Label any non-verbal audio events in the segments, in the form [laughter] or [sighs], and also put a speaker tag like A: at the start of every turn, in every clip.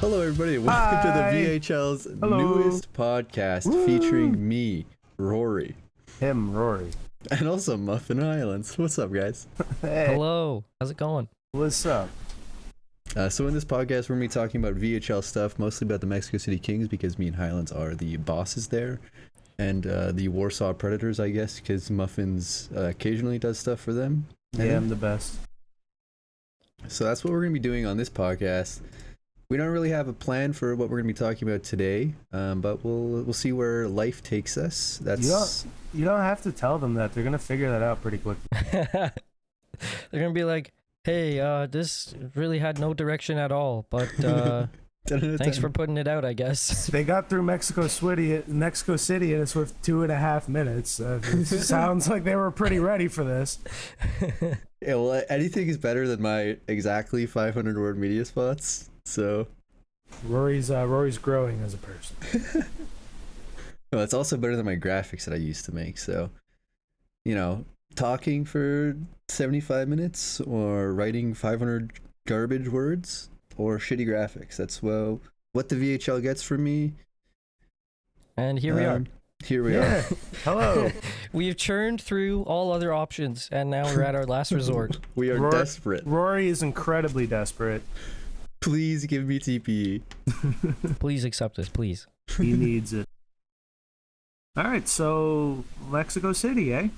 A: Hello, everybody. Welcome
B: Hi.
A: to the VHL's
B: Hello.
A: newest podcast featuring me, Rory,
B: Him, Rory.
A: and also Muffin Islands. What's up, guys?
B: Hey,
C: Hello, how's it going? [laughs]
B: what's up?
A: Uh, so, in this podcast, we're going to be talking about VHL stuff, mostly about the Mexico City Kings, because me and Highlands are the bosses there, and uh, the Warsaw Predators, I guess, because Muffins uh, occasionally does stuff for them.
B: Yeah, I'm the best.
A: So that's what we're going to be doing on this podcast. We don't really have a plan for what we're going to be talking about today, um, but we'll we'll see where life takes us. That's
B: You don't have to tell them that. They're gonna figure that out pretty quick.
C: They're gonna be like, "Hey, uh, this really had no direction at all,
A: [laughs]
C: but uh, thanks for putting it out, I guess."
B: They got through Mexico City, Mexico City in a swift two and a half minutes. Uh, [laughs] it sounds like they were pretty ready for this.
A: Yeah, well, anything is better than my exactly 500 word media spots. So
B: Rory's uh, Rory's growing as a person.
A: well, it's also better than my graphics that I used to make. So, you know, talking for 75 minutes or writing 500 garbage words or shitty graphics. That's well what the VHL gets from me.
C: and here we are.
A: Um, Here we are.
B: yeah. [laughs] Hello.
C: We've churned through all other options, and now we're at our
A: [laughs]
C: last resort.
A: We are
B: Roar.
A: desperate.
B: Rory is incredibly desperate.
A: Please give me E. TPE.
C: Please accept this, please.
B: [laughs] He needs it. All right, so Mexico City, eh?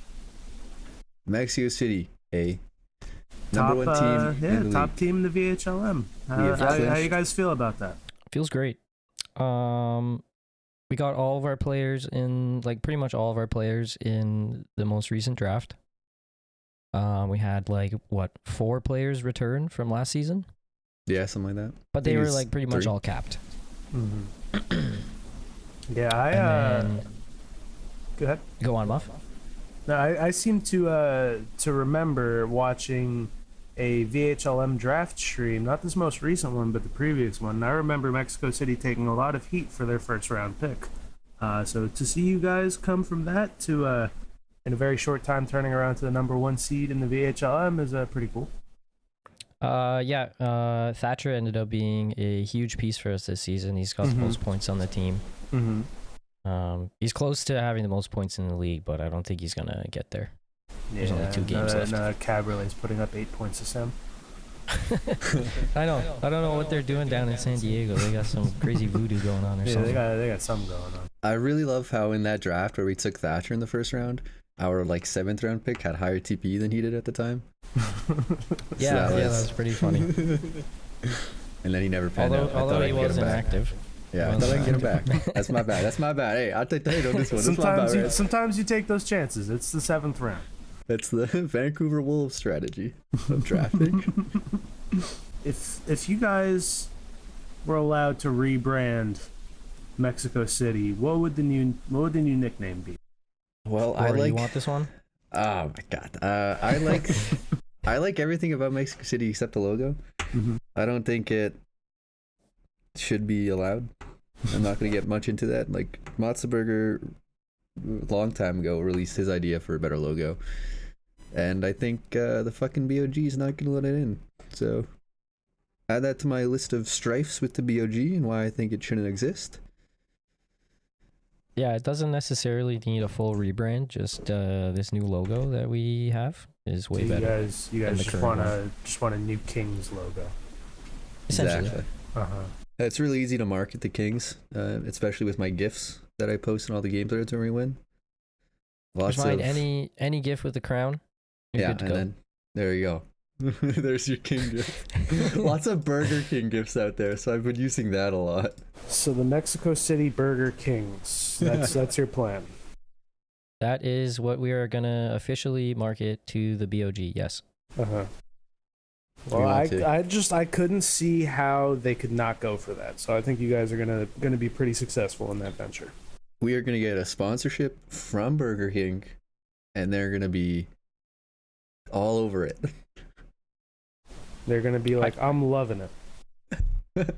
A: Mexico City, a number
B: top,
A: one team
B: Uh,
A: in
B: yeah,
A: the
B: top team in the VHLM. Uh,
A: We have
B: how, how
A: clinched.
B: you guys feel about that?
C: Feels great. Um, we got all of our players in, like, pretty much all of our players in the most recent draft. Um, we had like what four players return from last season,
A: league. Yeah, something like that.
C: but they
A: think
C: were
A: it's
C: like pretty much
A: three.
C: all capped.
B: Mm-hmm. [clears throat] yeah, I uh,
C: And then,
B: go ahead.
C: go on, Muff.
B: No, I, I seem to uh, to remember watching a VHLM draft stream, not this most recent one, but the previous one. And I remember Mexico City taking a lot of heat for their first round pick. Uh, so to see you guys come from that to uh, in a very short time turning around to the number one seed in the VHLM is uh, pretty cool.
C: Uh, yeah. Uh, Thatcher ended up being a huge piece for us this season. He's got
B: Mhm.
C: the most points on the team.
B: Mm-hmm.
C: Um, he's close to having the most points in the league, but I don't think he's gonna get [laughs] there. There's only two games
B: no,
C: left.
B: No, uh, Cabriolet's putting up eight points this time.
C: I know. I don't know what they're doing down in San Diego. They got some crazy voodoo going on
B: Yeah,
C: or
B: they
C: something.
B: got they got something going on.
A: I really love how in that draft where we took Thatcher in the first round, our like seventh round pick had higher TPE than he did at the time.
C: [laughs] yeah,
A: So
C: yeah, that
A: that's-
C: was pretty [laughs] funny.
A: And then he never panned
C: although,
A: out. I thought
C: although
A: I
C: he
A: could get him
C: wasn't
A: back.
C: active.
A: Yeah, I
C: was
A: thought I could get him back.
C: not
A: That's my bad. That's my bad. Hey, I'll take the hate on this one. That's my
B: sometimes
A: bad.
B: you,
A: Right?
B: sometimes you take those chances. It's the seventh round.
A: That's the [laughs] Vancouver Wolves strategy of
C: [laughs]
A: drafting.
B: If if you guys were allowed to rebrand Mexico City, what would the new what would the new nickname be?
A: well, I
C: Or you
A: like
C: want this one?
A: Oh my god. Uh, I
B: [laughs]
A: like [laughs] I like everything about Mexico City except the logo.
B: Mhm.
A: I don't think it should be allowed. I'm not gonna get much into that. Like Matzenberger, a long time ago, released his idea for a better logo, and I think uh, the fucking BOG is not gonna let it in. So add that to my list of strifes with the BOG and why I think it shouldn't exist.
C: Yeah, it doesn't necessarily need a full rebrand. Just uh, this new logo that we have is way
B: you
C: better.
B: guys you
C: than
B: guys
C: the
B: just
C: current
B: want to just want a new Kings logo.
C: Essentially.
B: Uh
A: Uh-huh.
B: huh.
A: It's really easy to market the Kings, uh, especially with my gifs that I post in all the games that we win. Lots
C: Just mind
A: of
C: any any gift with the crown. You're
A: yeah,
C: good to
A: and
C: go.
A: then there you go. [laughs] There's your King gift. [laughs]
C: [laughs]
A: Lots of Burger King gifts out there, so I've been using that a lot.
B: So the Mexico City Burger Kings.
A: [laughs]
B: That's that's your plan.
C: That is what we are gonna officially market to the BOG. Yes. [laughs]
B: Uh-huh.
A: We
B: Well, I,
A: want to.
B: I just I couldn't see how they could not go for that. So I think you guys are gonna gonna be pretty successful in that venture.
A: We are gonna get a sponsorship from Burger King, and they're gonna be all over it. [laughs]
B: They're gonna be like, I, am loving it.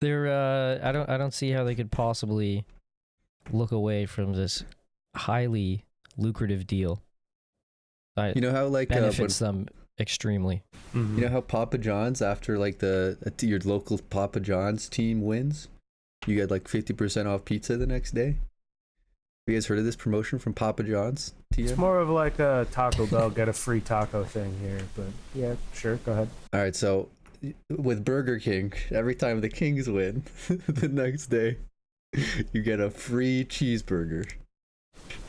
C: They're. Uh, I don't. I don't see how they could possibly look away from this highly lucrative deal. I,
A: You know how like uh, when
C: benefits them extremely.
B: Mm-hmm.
A: You know how Papa John's after like the uh, your local Papa John's team wins, you get like fifty percent off pizza the next day. You guys heard of this promotion from Papa John's?
B: It's
A: TM?
B: more of like a Taco Bell get a free taco thing here, but yeah, sure, go ahead.
A: All right, so y- with Burger King, every time the Kings win, [laughs] the next day you get a free cheeseburger.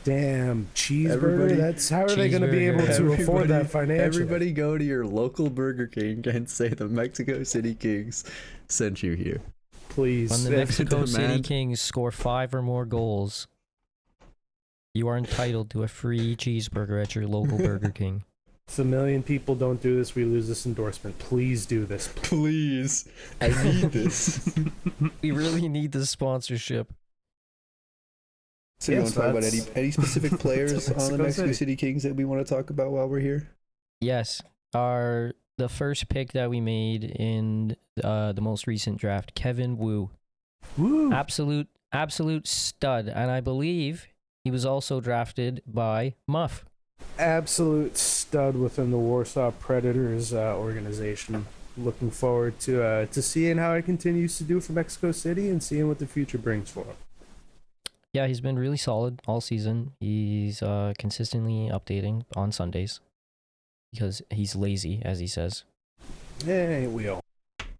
B: Damn, cheeseburger.
A: Everybody-
B: That's how are they going to be able to
A: Everybody-
B: afford that financially?
A: Everybody go to your local Burger King and say the Mexico City Kings sent you here.
C: When
B: please.
C: the
A: If
C: Mexico City
A: demand-
C: Kings score five or more goals, you are entitled to a free cheeseburger at your
A: [laughs]
C: local Burger King.
B: If a million people don't do this, we lose this endorsement. Please do
A: [laughs]
B: this.
A: Please, I [laughs] need this.
C: We really need this sponsorship.
A: So you
B: Yes,
A: want to talk about any
B: that's-
A: any [laughs] specific players
B: That's
A: on the
B: Mexico
A: Mexico
B: City.
A: City Kings that we want to talk about while we're here?
C: Yes, our the first pick that we made in uh, the most recent draft, Kevin Wu,
B: Woo.
C: absolute absolute stud, and I believe he was also drafted by Muff.
B: absolute stud within the Warsaw Predators uh, organization. Looking forward to uh, to seeing how it continues to do for Mexico City and seeing what the future brings for him.
C: Yeah, he's been really solid all season. He's uh, consistently updating on Sundays because he's lazy, as he says.
B: Hey, we all.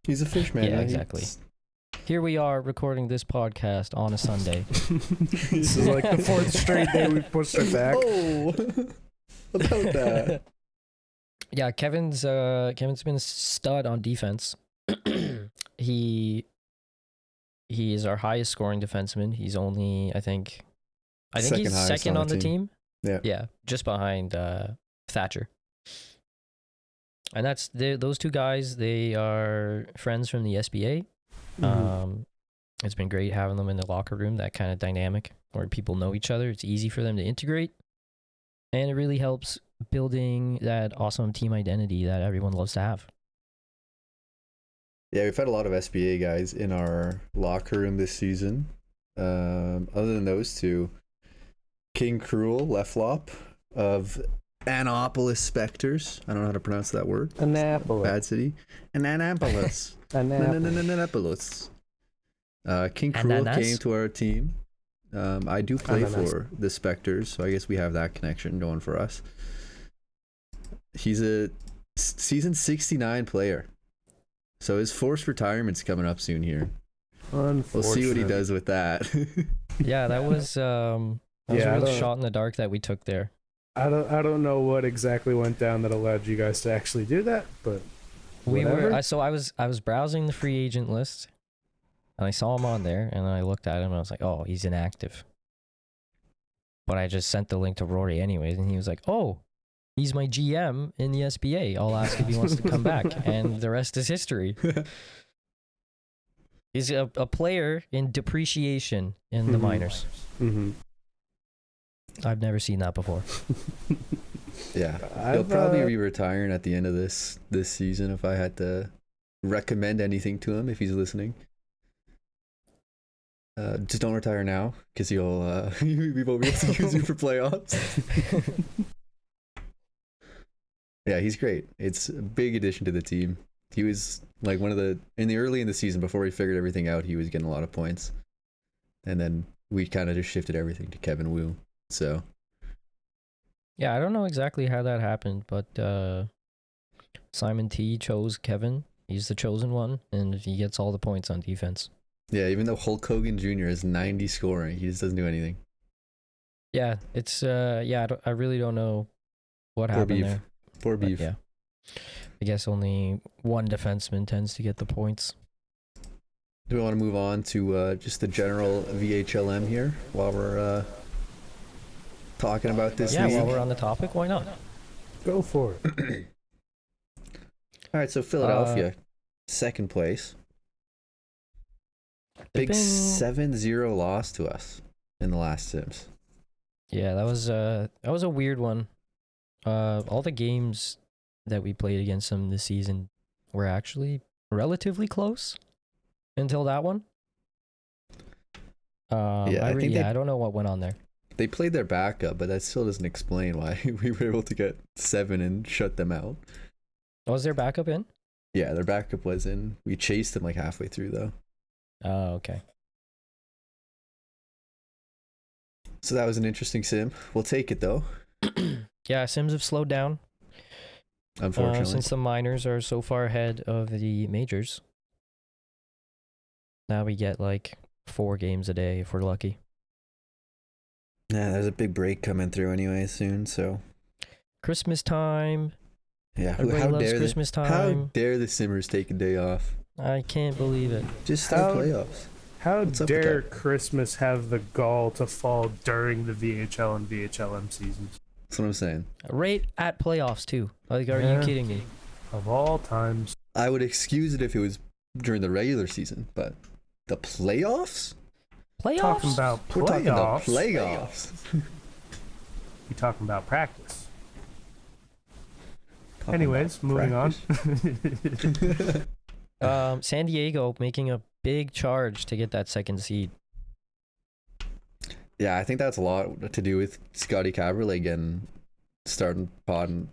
A: He's a fish man.
C: Yeah,
A: right?
C: exactly. Here we are recording this podcast on a Sunday. [laughs]
B: this is like
A: [laughs]
B: the fourth straight day we've pushed it back.
A: Oh, [laughs] about that.
C: [laughs] yeah, Kevin's uh, Kevin's been a stud on defense. [clears throat] he he is our highest scoring defenseman. He's only I think I think
A: Second
C: he's
A: highest
C: second on the team.
A: Yeah.
C: yeah, just behind uh, Thatcher. And that's they, those two guys. They are friends from the SBA.
B: Mm-hmm.
C: Um, it's been great having them in the locker room, that kind of dynamic where people know each other. It's easy for them to integrate. And it really helps building that awesome team identity that everyone loves to have.
A: Yeah, we've had a lot of SBA guys in our locker room this season. Um, other than those two, King Cruel Leflop of Annapolis Specters. I don't know how to pronounce that word.
B: Annapolis.
A: Bad city. And Annapolis. Annapolis. Uh, King Cruel
C: Ananas?
A: came to our team. Um, I do play
B: Ananas.
A: for the Spectres, so I guess we have that connection going for us. He's a s- season 69 player. So his forced retirement's coming up soon here. We'll see what he does with that. [laughs]
C: Yeah, that was um that
B: Yeah, I
C: was a real
B: don't-
C: shot in the dark that we took there.
B: I don't. I don't know what exactly went down that allowed you guys to actually do that, but
C: We
B: Whatever.
C: were I, so I was I was browsing the free agent list and I saw him on there and I looked at him and I was like, "Oh, he's inactive." But I just sent the link to Rory anyways and he was like, "Oh, he's my GM in the SBA. I'll ask if he wants to come back." And the rest is history. He's a, a player in depreciation in the
B: Mhm.
C: minors.
B: mm-hmm.
C: I've never seen that before.
A: yeah. He'll
B: uh,
A: probably be retiring at the end of this this season if I had to recommend anything to him if he's listening. Uh, just don't retire now because you'll uh, [laughs] we won't be able to use you for playoffs. Yeah, he's great. It's a big addition to the team. He was like one of the in the early in the season before he figured everything out. He was getting a lot of points, and then we kind of just shifted everything to Kevin Wu. So
C: Yeah, I don't know exactly how that happened, but uh, Simon T chose Kevin. He's the chosen one, and he gets all the points on defense.
A: yeah, even though Hulk Hogan Jr. is 90 scoring, he just doesn't do anything.
C: Yeah, it's uh, yeah, I, don't- I really don't know what
A: Poor
C: happened
A: beef.
C: there.
A: Poor
C: but
A: beef.
C: yeah, I guess only one defenseman tends to get the points.
A: Do we want to move on to uh, just the general VHLM here while we're uh, talking about this
C: yeah,
A: league?
C: while we're on the topic, why not?
B: Go for it.
A: All right, so Philadelphia,
C: Uh,
A: second place, big
C: They've been-
A: 7-0 loss to us in the last Sims.
C: Yeah, that was uh, that was a weird one. Uh, all the games that we played against them this season were actually relatively close until that one. Um,
A: Yeah, I
C: I, re-
A: think
C: yeah,
A: they-
C: I don't know what went on there.
A: They played [laughs] their backup, but that still doesn't explain why we were able to get seven and shut them out.
C: Was their backup in?
A: Yeah, their backup was in. We chased them like halfway through though.
C: Oh, okay.
A: So that was an interesting sim. We'll take it though,
C: yeah, Sims have slowed down uh,
A: unfortunately.
C: since the minors are so far ahead of the majors. Now we get like four games a day if we're lucky.
A: yeah, there's a big break coming through anyway soon, so
C: Christmas time.
A: yeah, who-
C: Everybody
A: how
C: loves
A: dare
C: Christmas
A: the, how
C: time.
A: dare the simmers take a day off?
C: I can't believe it.
A: Just
B: How-
A: start playoffs.
B: How
A: What's up with
B: dare Christmas have the gall to fall during the VHL and VHLM seasons
A: That's what I'm saying.
C: Right at playoffs too. Like, are
B: Yeah.
C: you kidding me?
B: of all times?
A: I would excuse it if it was during the regular season, but the playoffs?
C: Playoffs.
B: Talking about
A: We're talking the
B: playoffs.
A: playoffs.
B: You're talking about practice.
A: Talking
B: Anyways,
A: about
B: moving on.
A: practice.
C: um, San Diego making a big charge to get that second seed.
A: [laughs] Yeah, I think that's a lot to do with Scotty Caberlet getting starting potting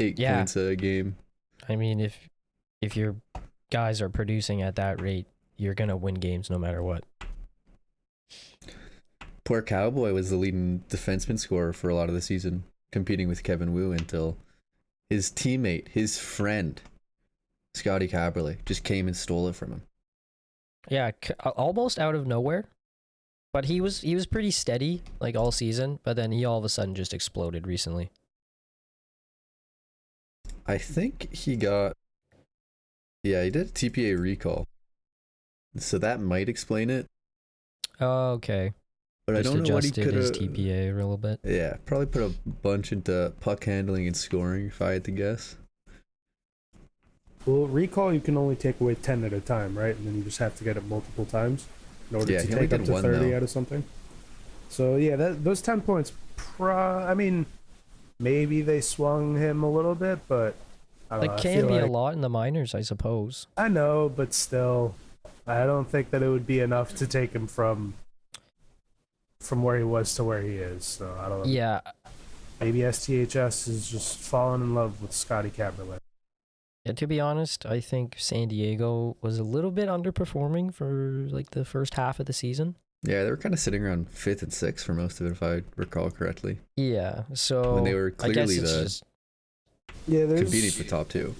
A: eight
C: Yeah.
A: points a game.
C: I mean, if if your guys are producing at that rate, you're gonna win games no matter what.
A: Poor Cowboy was the leading defenseman scorer for a lot of the season, competing with Kevin Wu until his teammate, his friend, Scotty Caberlet, just came and stole it from him.
C: Yeah, c- a- almost out of nowhere. But he was he was pretty steady like all season, but then he all of a sudden just exploded recently.
A: I think he got. Yeah, he did a TPA recall. So that might explain it,
C: Okay,
A: but
C: just
A: I don't know what he
C: adjusted
A: could
C: his
A: have.
C: TPA a little bit.
A: Yeah, probably put a bunch into puck handling and scoring if I had to guess.
B: [laughs] Well, recall you can only take away ten at a time, right? And then you just have to get it multiple times in order
A: Yeah,
B: to
A: he only
B: take up
A: did
B: to
A: one,
B: thirty
A: though.
B: out of something. So yeah, that, those ten points. Pro, I mean, maybe they swung him a little bit, but
A: Oh,
B: I don't
C: Like
B: know, I
C: can
B: feel
C: be a
B: like-
C: lot in the minors, I suppose.
B: I know, but still, I don't think that it would be enough to take him from from where he was to where he is. So I don't know.
C: Yeah,
B: Maybe STHS is just falling in love with Scotty Caberlet.
C: Yeah, to be honest, I think San Diego was a little bit underperforming for like the first half of the season.
A: Yeah, they were kind of sitting around fifth and sixth for most of it, if I recall correctly.
C: Yeah, so
A: when they were
C: I guess
A: clearly
C: it's
A: the
C: just
B: Yeah, there's
A: competing for top two.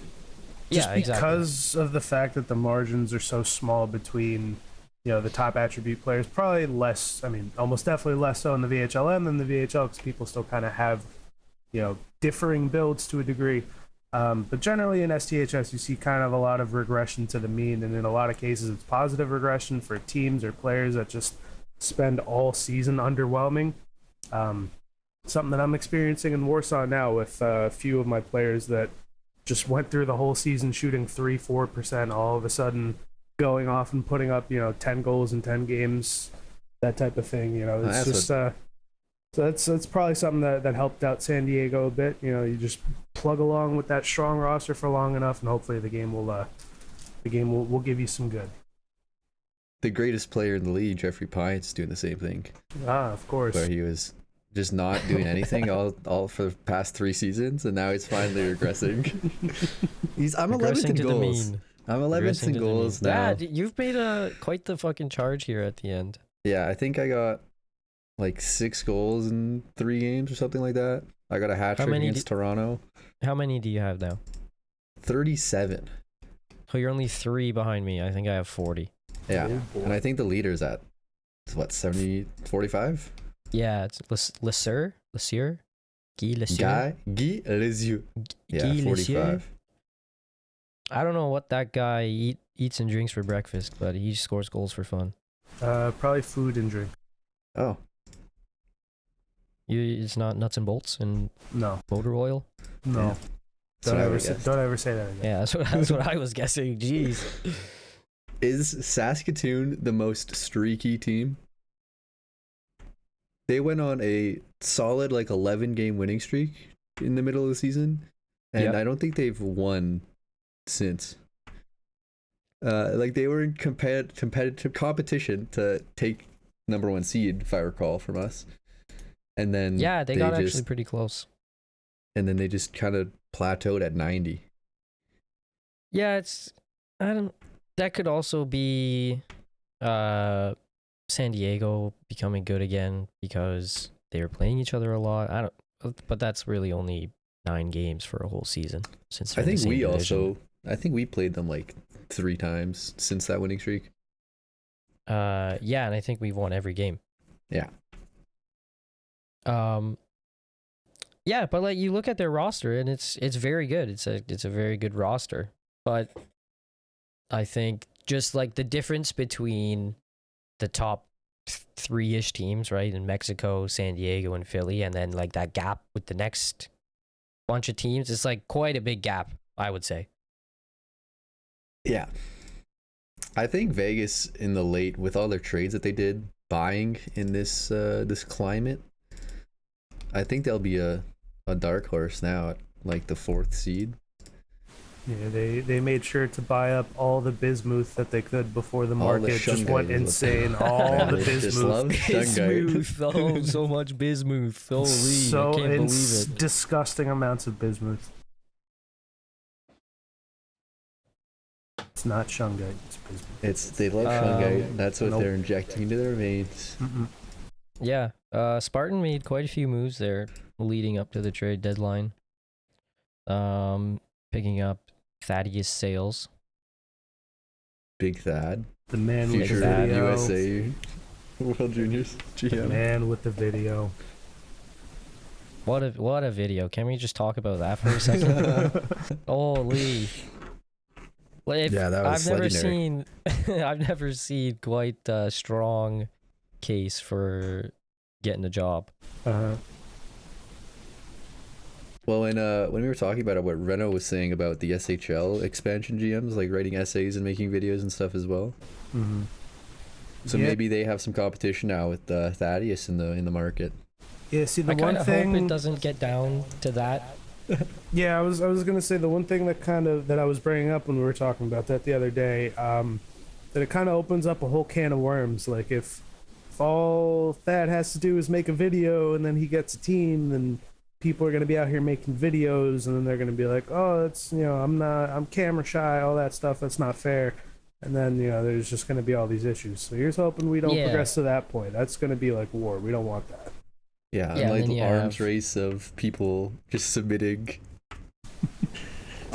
B: just
C: yeah, exactly.
B: because of the fact that the margins are so small between you know the top attribute players probably less i mean almost definitely less so in the vhlm than the vhl because people still kind of have you know differing builds to a degree um, but generally in sths you see kind of a lot of regression to the mean and in a lot of cases it's positive regression for teams or players that just spend all season underwhelming um, something that i'm experiencing in warsaw now with uh, a few of my players that just went through the whole season shooting three, four percent. All of a sudden, going off and putting up you know ten goals in ten games, that type of thing. You know, it's
A: That's
B: just uh, so that's that's probably something that that helped out San Diego a bit. You know, you just plug along with that strong roster for long enough, and hopefully the game will uh, the game will will give you some good.
A: The greatest player in the league, Jeffrey Pines, doing the same thing,
B: Ah, of course.
A: where he was just not doing anything all, all for the past three seasons, and now he's finally regressing. [laughs]
B: [laughs]
A: he's I'm 11th in
C: Regressing to the
A: goals.
C: mean.
A: I'm
C: Regressing
A: 11th
C: to
A: in
C: the
A: goals
C: mean.
A: now.
C: Yeah, d- you've made a quite the fucking charge here at the end.
A: Yeah, I think I got like six goals in three games or something like that. I got a hat trick
C: many
A: against Toronto.
C: How many do you have now?
A: 37.
C: Oh, you're only three behind me. I think I have forty.
A: Yeah.
B: Oh, boy.
A: and I think the leader's at what 70 45?
C: Yeah, it's Les- Lesser, Lesser, Guy Lesser,
A: Guy Guy Lesieux. Yeah,
C: Guy Lesser.
A: 45.
C: I don't know what that guy eat, eats and drinks for breakfast, but he scores goals for fun.
B: uh, probably food and drink.
A: Oh,
C: You, it's not nuts and bolts and
B: No,
C: motor oil.
B: no.
A: Yeah. that's
B: Don't
A: what I
B: ever
A: would
B: say,
A: guess.
B: don't ever say that again.
C: Yeah, that's what,
A: [laughs]
C: that's what I was guessing. Jeez.
A: Is Saskatoon the most streaky team? They went on a solid like 11 game winning streak in the middle of the season and
C: Yep.
A: I don't think they've won since. Uh, like they were in compet- competitive competition to take number one seed, if I recall from us, and then
C: Yeah, they, got
A: just,
C: actually pretty close.
A: and then they just kind of plateaued at ninety.
C: Yeah, it's I don't that could also be uh San Diego becoming good again because they were playing each other a lot. I don't but that's really only 9 games for a whole season since
A: I
C: they're in the
A: think
C: same
A: we
C: division.
A: also. I think we played them like three times since that winning streak.
C: Uh, yeah, and I think we've won every game.
A: Yeah.
C: Um. Yeah, but like you look at their roster, and it's it's very good. It's a it's a very good roster, but I think just like the difference between the top three ish teams, right, in Mexico, San Diego, and Philly, and then like that gap with the next bunch of teams, it's like quite a big gap, I would say.
A: Yeah. I think Vegas in the late with all their trades that they did buying in this uh this climate, I think they'll be a a dark horse now at like the fourth seed.
B: Yeah, they they made sure to buy up all the bismuth that they could before the
A: All the
B: market just
A: shungite is
B: went
A: what they-
B: insane. All the
A: They just
B: bismuth.
A: love
C: [laughs]
A: shungite.
C: Bismuth, oh, so much bismuth. Holy,
B: so
C: I can't
B: ins-
C: believe it.
B: disgusting amounts of bismuth. It's not shungite. It's bismuth.
A: It's they love
C: Um,
A: shungite. That's what
B: nope.
A: they're injecting into their veins.
B: Mm-mm.
C: Yeah, uh, Spartan made quite a few moves there leading up to the trade deadline. Um, picking up Thaddeus Sales.
A: Big Thad,
B: The man with
A: future
B: the
C: Big Thad.
B: video.
A: USA World Juniors
B: The
A: GM.
B: man with the video.
C: What a what a video! Can we just talk about that for
B: [laughs]
C: a second? [laughs] Holy. Well, if-
A: Yeah, that was
C: I've never
A: legendary.
C: seen [laughs] I've never seen quite a strong case for getting a job.
B: Uh,
A: Well, when uh, when we were talking about it, what Reno was saying about the SHL expansion GMs, like writing essays and making videos and stuff as well.
B: mhm.
A: So
B: Yeah.
A: maybe they have some competition now with uh, Thaddeus in the in the market.
B: Yeah, see, the
C: I
B: one
C: kind of
B: thing.
C: hope it doesn't get down to that
B: Yeah, I was I was gonna say the one thing that kind of that I was bringing up when we were talking about that the other day, um, that it kind of opens up a whole can of worms. Like if, if all Thad has to do is make a video and then he gets a team, then people are gonna be out here making videos, and then they're gonna be like, oh, that's you know I'm not I'm camera shy, all that stuff. That's not fair. And then you know there's just gonna be all these issues. So here's hoping we don't
C: Yeah.
B: progress to that point. That's gonna be like war. We don't want that.
A: Yeah,
C: Yeah, and
A: like
C: then
A: the
C: you
A: arms
C: have-
A: race of people just submitting.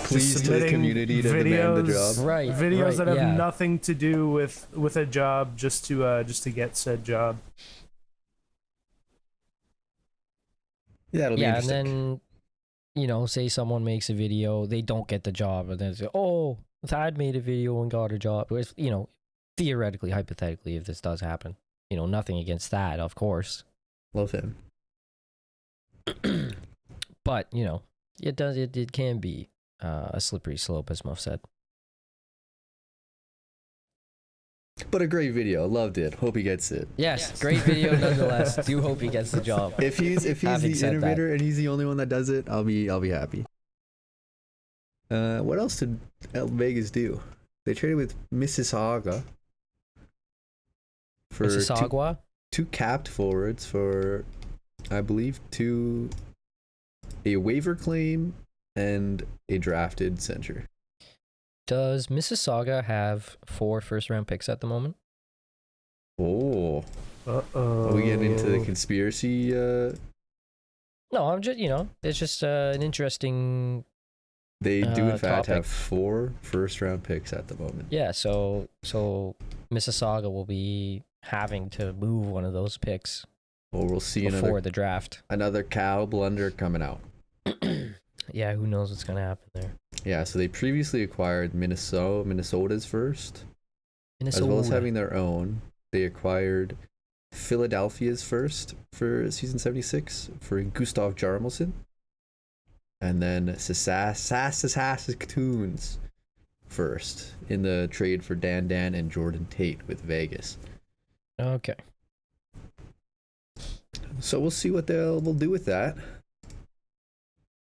A: Please to the
B: submitting
A: community to demand the
B: videos.
A: job.
C: Right.
B: videos
C: right,
B: that have
C: yeah.
B: nothing to do with with a job just to uh just to get said job
A: Yeah, it'll be
C: yeah, and
A: interesting.
C: then you know, say someone makes a video, they don't get the job, and then say, "Oh, Thad made a video and got a job." Whereas, you know, theoretically, hypothetically, if this does happen, you know, nothing against that, of course,
A: Love him. [clears throat]
C: but you know, it does it, it can be uh, a slippery slope, as Muff said.
A: But a great video. Loved it. Hope he gets it.
C: Yes, great [laughs] video nonetheless. Do hope he gets the [laughs] job.
A: If he's if he's
C: Having
A: the
C: said that.
A: innovator and he's the only one that does it, I'll be I'll be happy. Uh, what else did El Vegas do? They traded with Mississauga for two-
C: Mississauga.
A: two capped forwards for I believe two a waiver claim and a drafted center.
C: Does Mississauga have four first round picks at the moment?
A: Oh,
B: uh-oh
A: are we getting into
C: Oh.
A: the conspiracy? Uh,
C: No, I'm just you know, it's just uh, an interesting
A: they do
C: Uh,
A: in fact
C: topic.
A: have four first round picks at the moment.
C: Yeah, so so Mississauga will be having to move one of those picks
A: Well, we'll see
C: before
A: another
C: the
A: [clears throat]
C: draft.
A: another cow blunder coming out.
C: yeah, who knows what's gonna happen there.
A: Yeah, so they previously acquired Minnesota, Minnesota's first, as
C: Minnesota.
A: well as having their own. They acquired Philadelphia's first for season 76 for Gustav Jarmelson. And then Saskatoon's first in the trade for Dan Dan and Jordan Tate with Vegas.
C: okay.
A: So we'll see what they'll will do with that.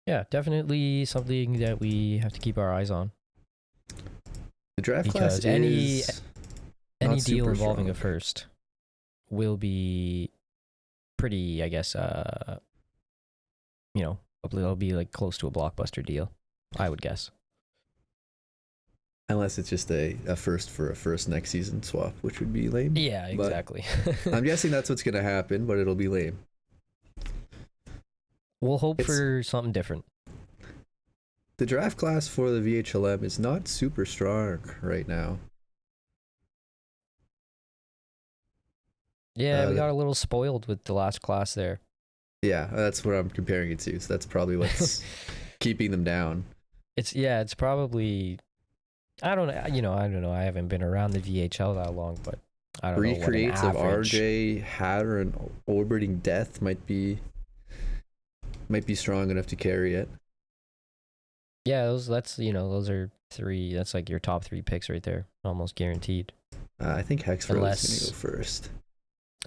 C: Yeah, definitely something that we have to keep our eyes on.
A: The draft class
C: Because any-
A: is
C: Any
A: Not
C: deal
A: super
C: involving a
A: strong.
C: first will be pretty, I guess, uh you know, it'll be like close to a blockbuster deal, I would guess.
A: Unless it's just a, a first for a first next season swap, which would be lame. [laughs]
C: Yeah,
A: But-
C: exactly. [laughs]
A: I'm guessing that's what's gonna happen, but it'll be lame.
C: we'll hope
A: it's-
C: for something different.
A: The draft class for the VHLM is not super strong right now.
C: Yeah,
A: Uh,
C: we
A: the-
C: got a little spoiled with the last class there.
A: Yeah, that's what I'm comparing it to. So that's probably
C: [laughs]
A: what's keeping them down.
C: It's yeah, it's probably I don't know, you know, I don't know. I haven't been around the VHL that long, but I don't know what an
A: Recreates of
C: average.
A: RJ Hatter and orbiting death might be might be strong enough to carry it.
C: Yeah, those that's you know, those are three that's like your top 3 picks right there, almost guaranteed.
A: Uh, I think Hexford
C: Unless-
A: is gonna go first.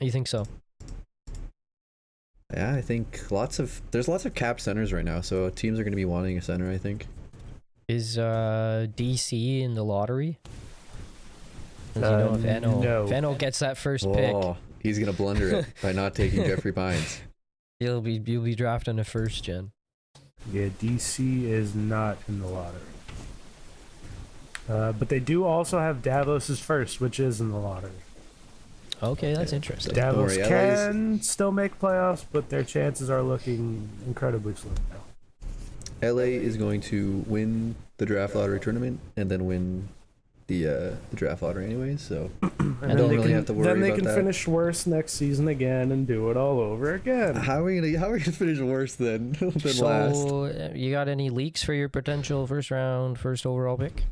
C: You think so?
A: Yeah, I think lots of there's lots of cap centers right now, so teams are gonna be wanting a center. I think.
C: Is uh DC in the lottery? 'Cause you
B: Uh,
C: know, if Eno,
B: no.
C: if Eno gets that first pick,
A: Oh, he's gonna blunder it by not
C: [laughs]
A: taking Jeffrey Pines.
C: he'll be you'll be drafting a first gen.
B: Yeah, DC is not in the lottery. Uh, but they do also have Davos's first, which is in the lottery.
C: Okay, that's
A: Yeah,
C: interesting.
A: so- Don't
B: Davos
A: worry, LA is-
B: can still make playoffs, but their chances are looking incredibly slim now.
A: LA is going to win the draft lottery tournament and then win the uh, the draft lottery anyway. So
B: And
A: don't
B: they
A: really
B: can,
A: have to worry
B: Then they
A: about
B: can
A: that.
B: finish worse next season again and do it all over again.
A: how are we gonna how are we gonna finish worse than [laughs] than
C: So,
A: last?
C: uh, you got any leaks for your potential first round, first overall pick?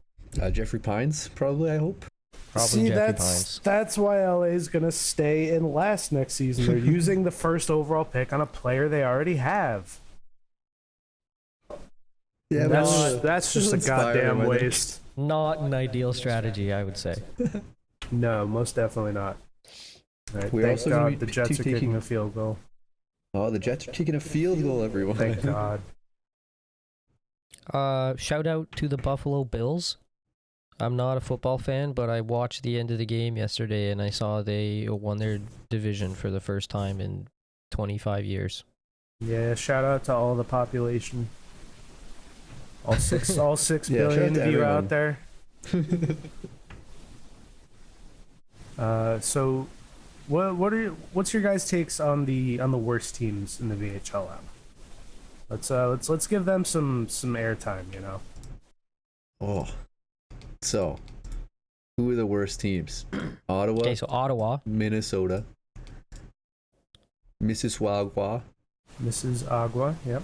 A: Uh, Jeffrey Pines, probably. I hope.
C: Probably
B: See,
C: Jeffrey
B: that's
C: Pines.
B: that's why LA is gonna stay in last next season. They're using the first overall pick on a player they already have.
A: Yeah,
B: that's
C: no,
B: that's just a goddamn waste.
C: Not an ideal strategy, I would say.
B: No, most definitely not. All right,
A: We're
B: thank
A: also gonna
B: God
A: be
B: the Jets are
A: taking-
B: kicking a field goal.
A: [laughs] Oh, the Jets are kicking a field goal, everyone. [laughs]
B: Thank God.
C: Uh, shout out to the Buffalo Bills. I'm not a football fan, but I watched the end of the game yesterday and I saw they won their division for the first time in 25 years.
B: Yeah, shout out to all the population. All six, all six
A: Yeah, shout out
B: billion
A: to
B: of you
A: everyone.
B: out there. Uh, so, what what are your, what's your guys' takes on the on the worst teams in the VHLM? Let's uh let's let's give them some some airtime. You know,
A: [laughs] oh, so who are the worst teams? [clears throat] Ottawa,
C: Okay, so Ottawa.
A: Minnesota, Mississauga,
B: Mrs. Agua. Yep.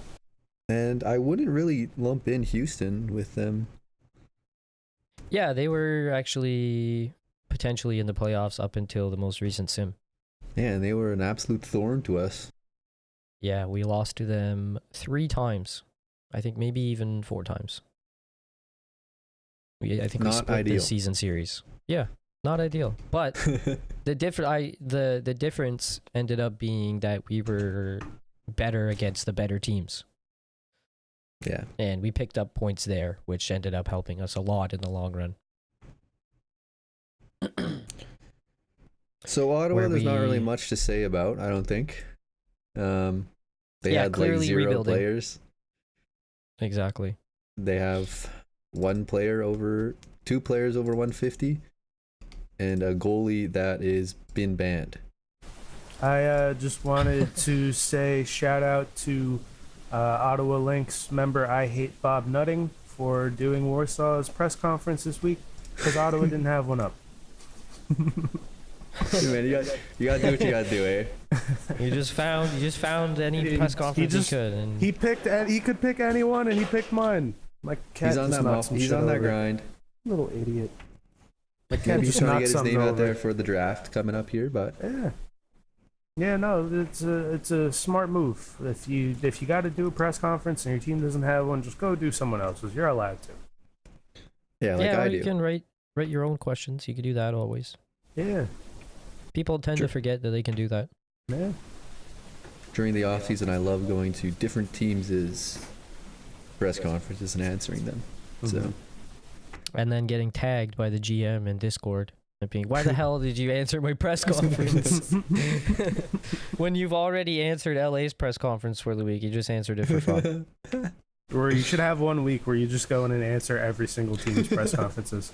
A: and I wouldn't really lump in Houston with them.
C: Yeah, they were actually potentially in the playoffs up until the most recent sim.
A: Yeah, and they were an absolute thorn to us.
C: Yeah, we lost to them three times. I think maybe even four times. We, I think we
A: Not
C: split
A: ideal.
C: this season series. Yeah, not ideal. But the different I the the difference ended up being that we were better against the better teams,
A: yeah.
C: and we picked up points there, which ended up helping us a lot in the long run.
A: [laughs] So Ottawa,
C: Where
A: there's not really
C: we-
A: much to say about. I don't think. Um, they
C: Yeah,
A: had like
C: clearly
A: zero
C: rebuilding.
A: players.
C: Exactly.
A: They have one player over, two players over 150, and a goalie that is been
C: [laughs]
A: banned.
B: I uh, just wanted to say shout out to uh, Ottawa Lynx member I Hate Bob Nutting for doing Warsaw's press conference this week because Ottawa didn't have one up.
A: Hey, man, you got you got to do what you got to do, [laughs] eh?
C: You just found you just found any
B: He-
C: press
B: he
C: conference
B: just-
C: you could, and
B: He picked and he could pick anyone and he picked mine. My cat
A: He's on
B: just
A: that
B: knocked
A: muff.
B: some
A: He's
B: shit
A: on that
B: over.
A: grind.
B: Little idiot. My cat
A: Maybe he's
B: just
A: trying to
B: knocked
A: get his
B: something
A: name out
B: over.
A: there for the draft coming up here, but
B: Yeah. Yeah, no, it's a it's a smart move. If you if you got to do a press conference and your team doesn't have one, just go do someone else's. You're allowed to.
A: yeah, like
C: yeah, or
A: I
C: you
A: do.
C: can write write your own questions. You can do that always.
B: Yeah.
C: People tend
A: Sure.
C: to forget that they can do that.
B: Yeah.
A: During the off season, I love going to different teams' press conferences and answering them.
C: [laughs]
A: So.
C: And then getting tagged by the GM in Discord and
B: [laughs]
C: being, "Why the hell did you answer my press conference?"
B: [laughs]
C: when you've already answered LA's press conference for the week, you just answered it for fun.
B: Mm-hmm. Or you should have one week where you just go in and answer every single team's press
C: [laughs]
B: conferences.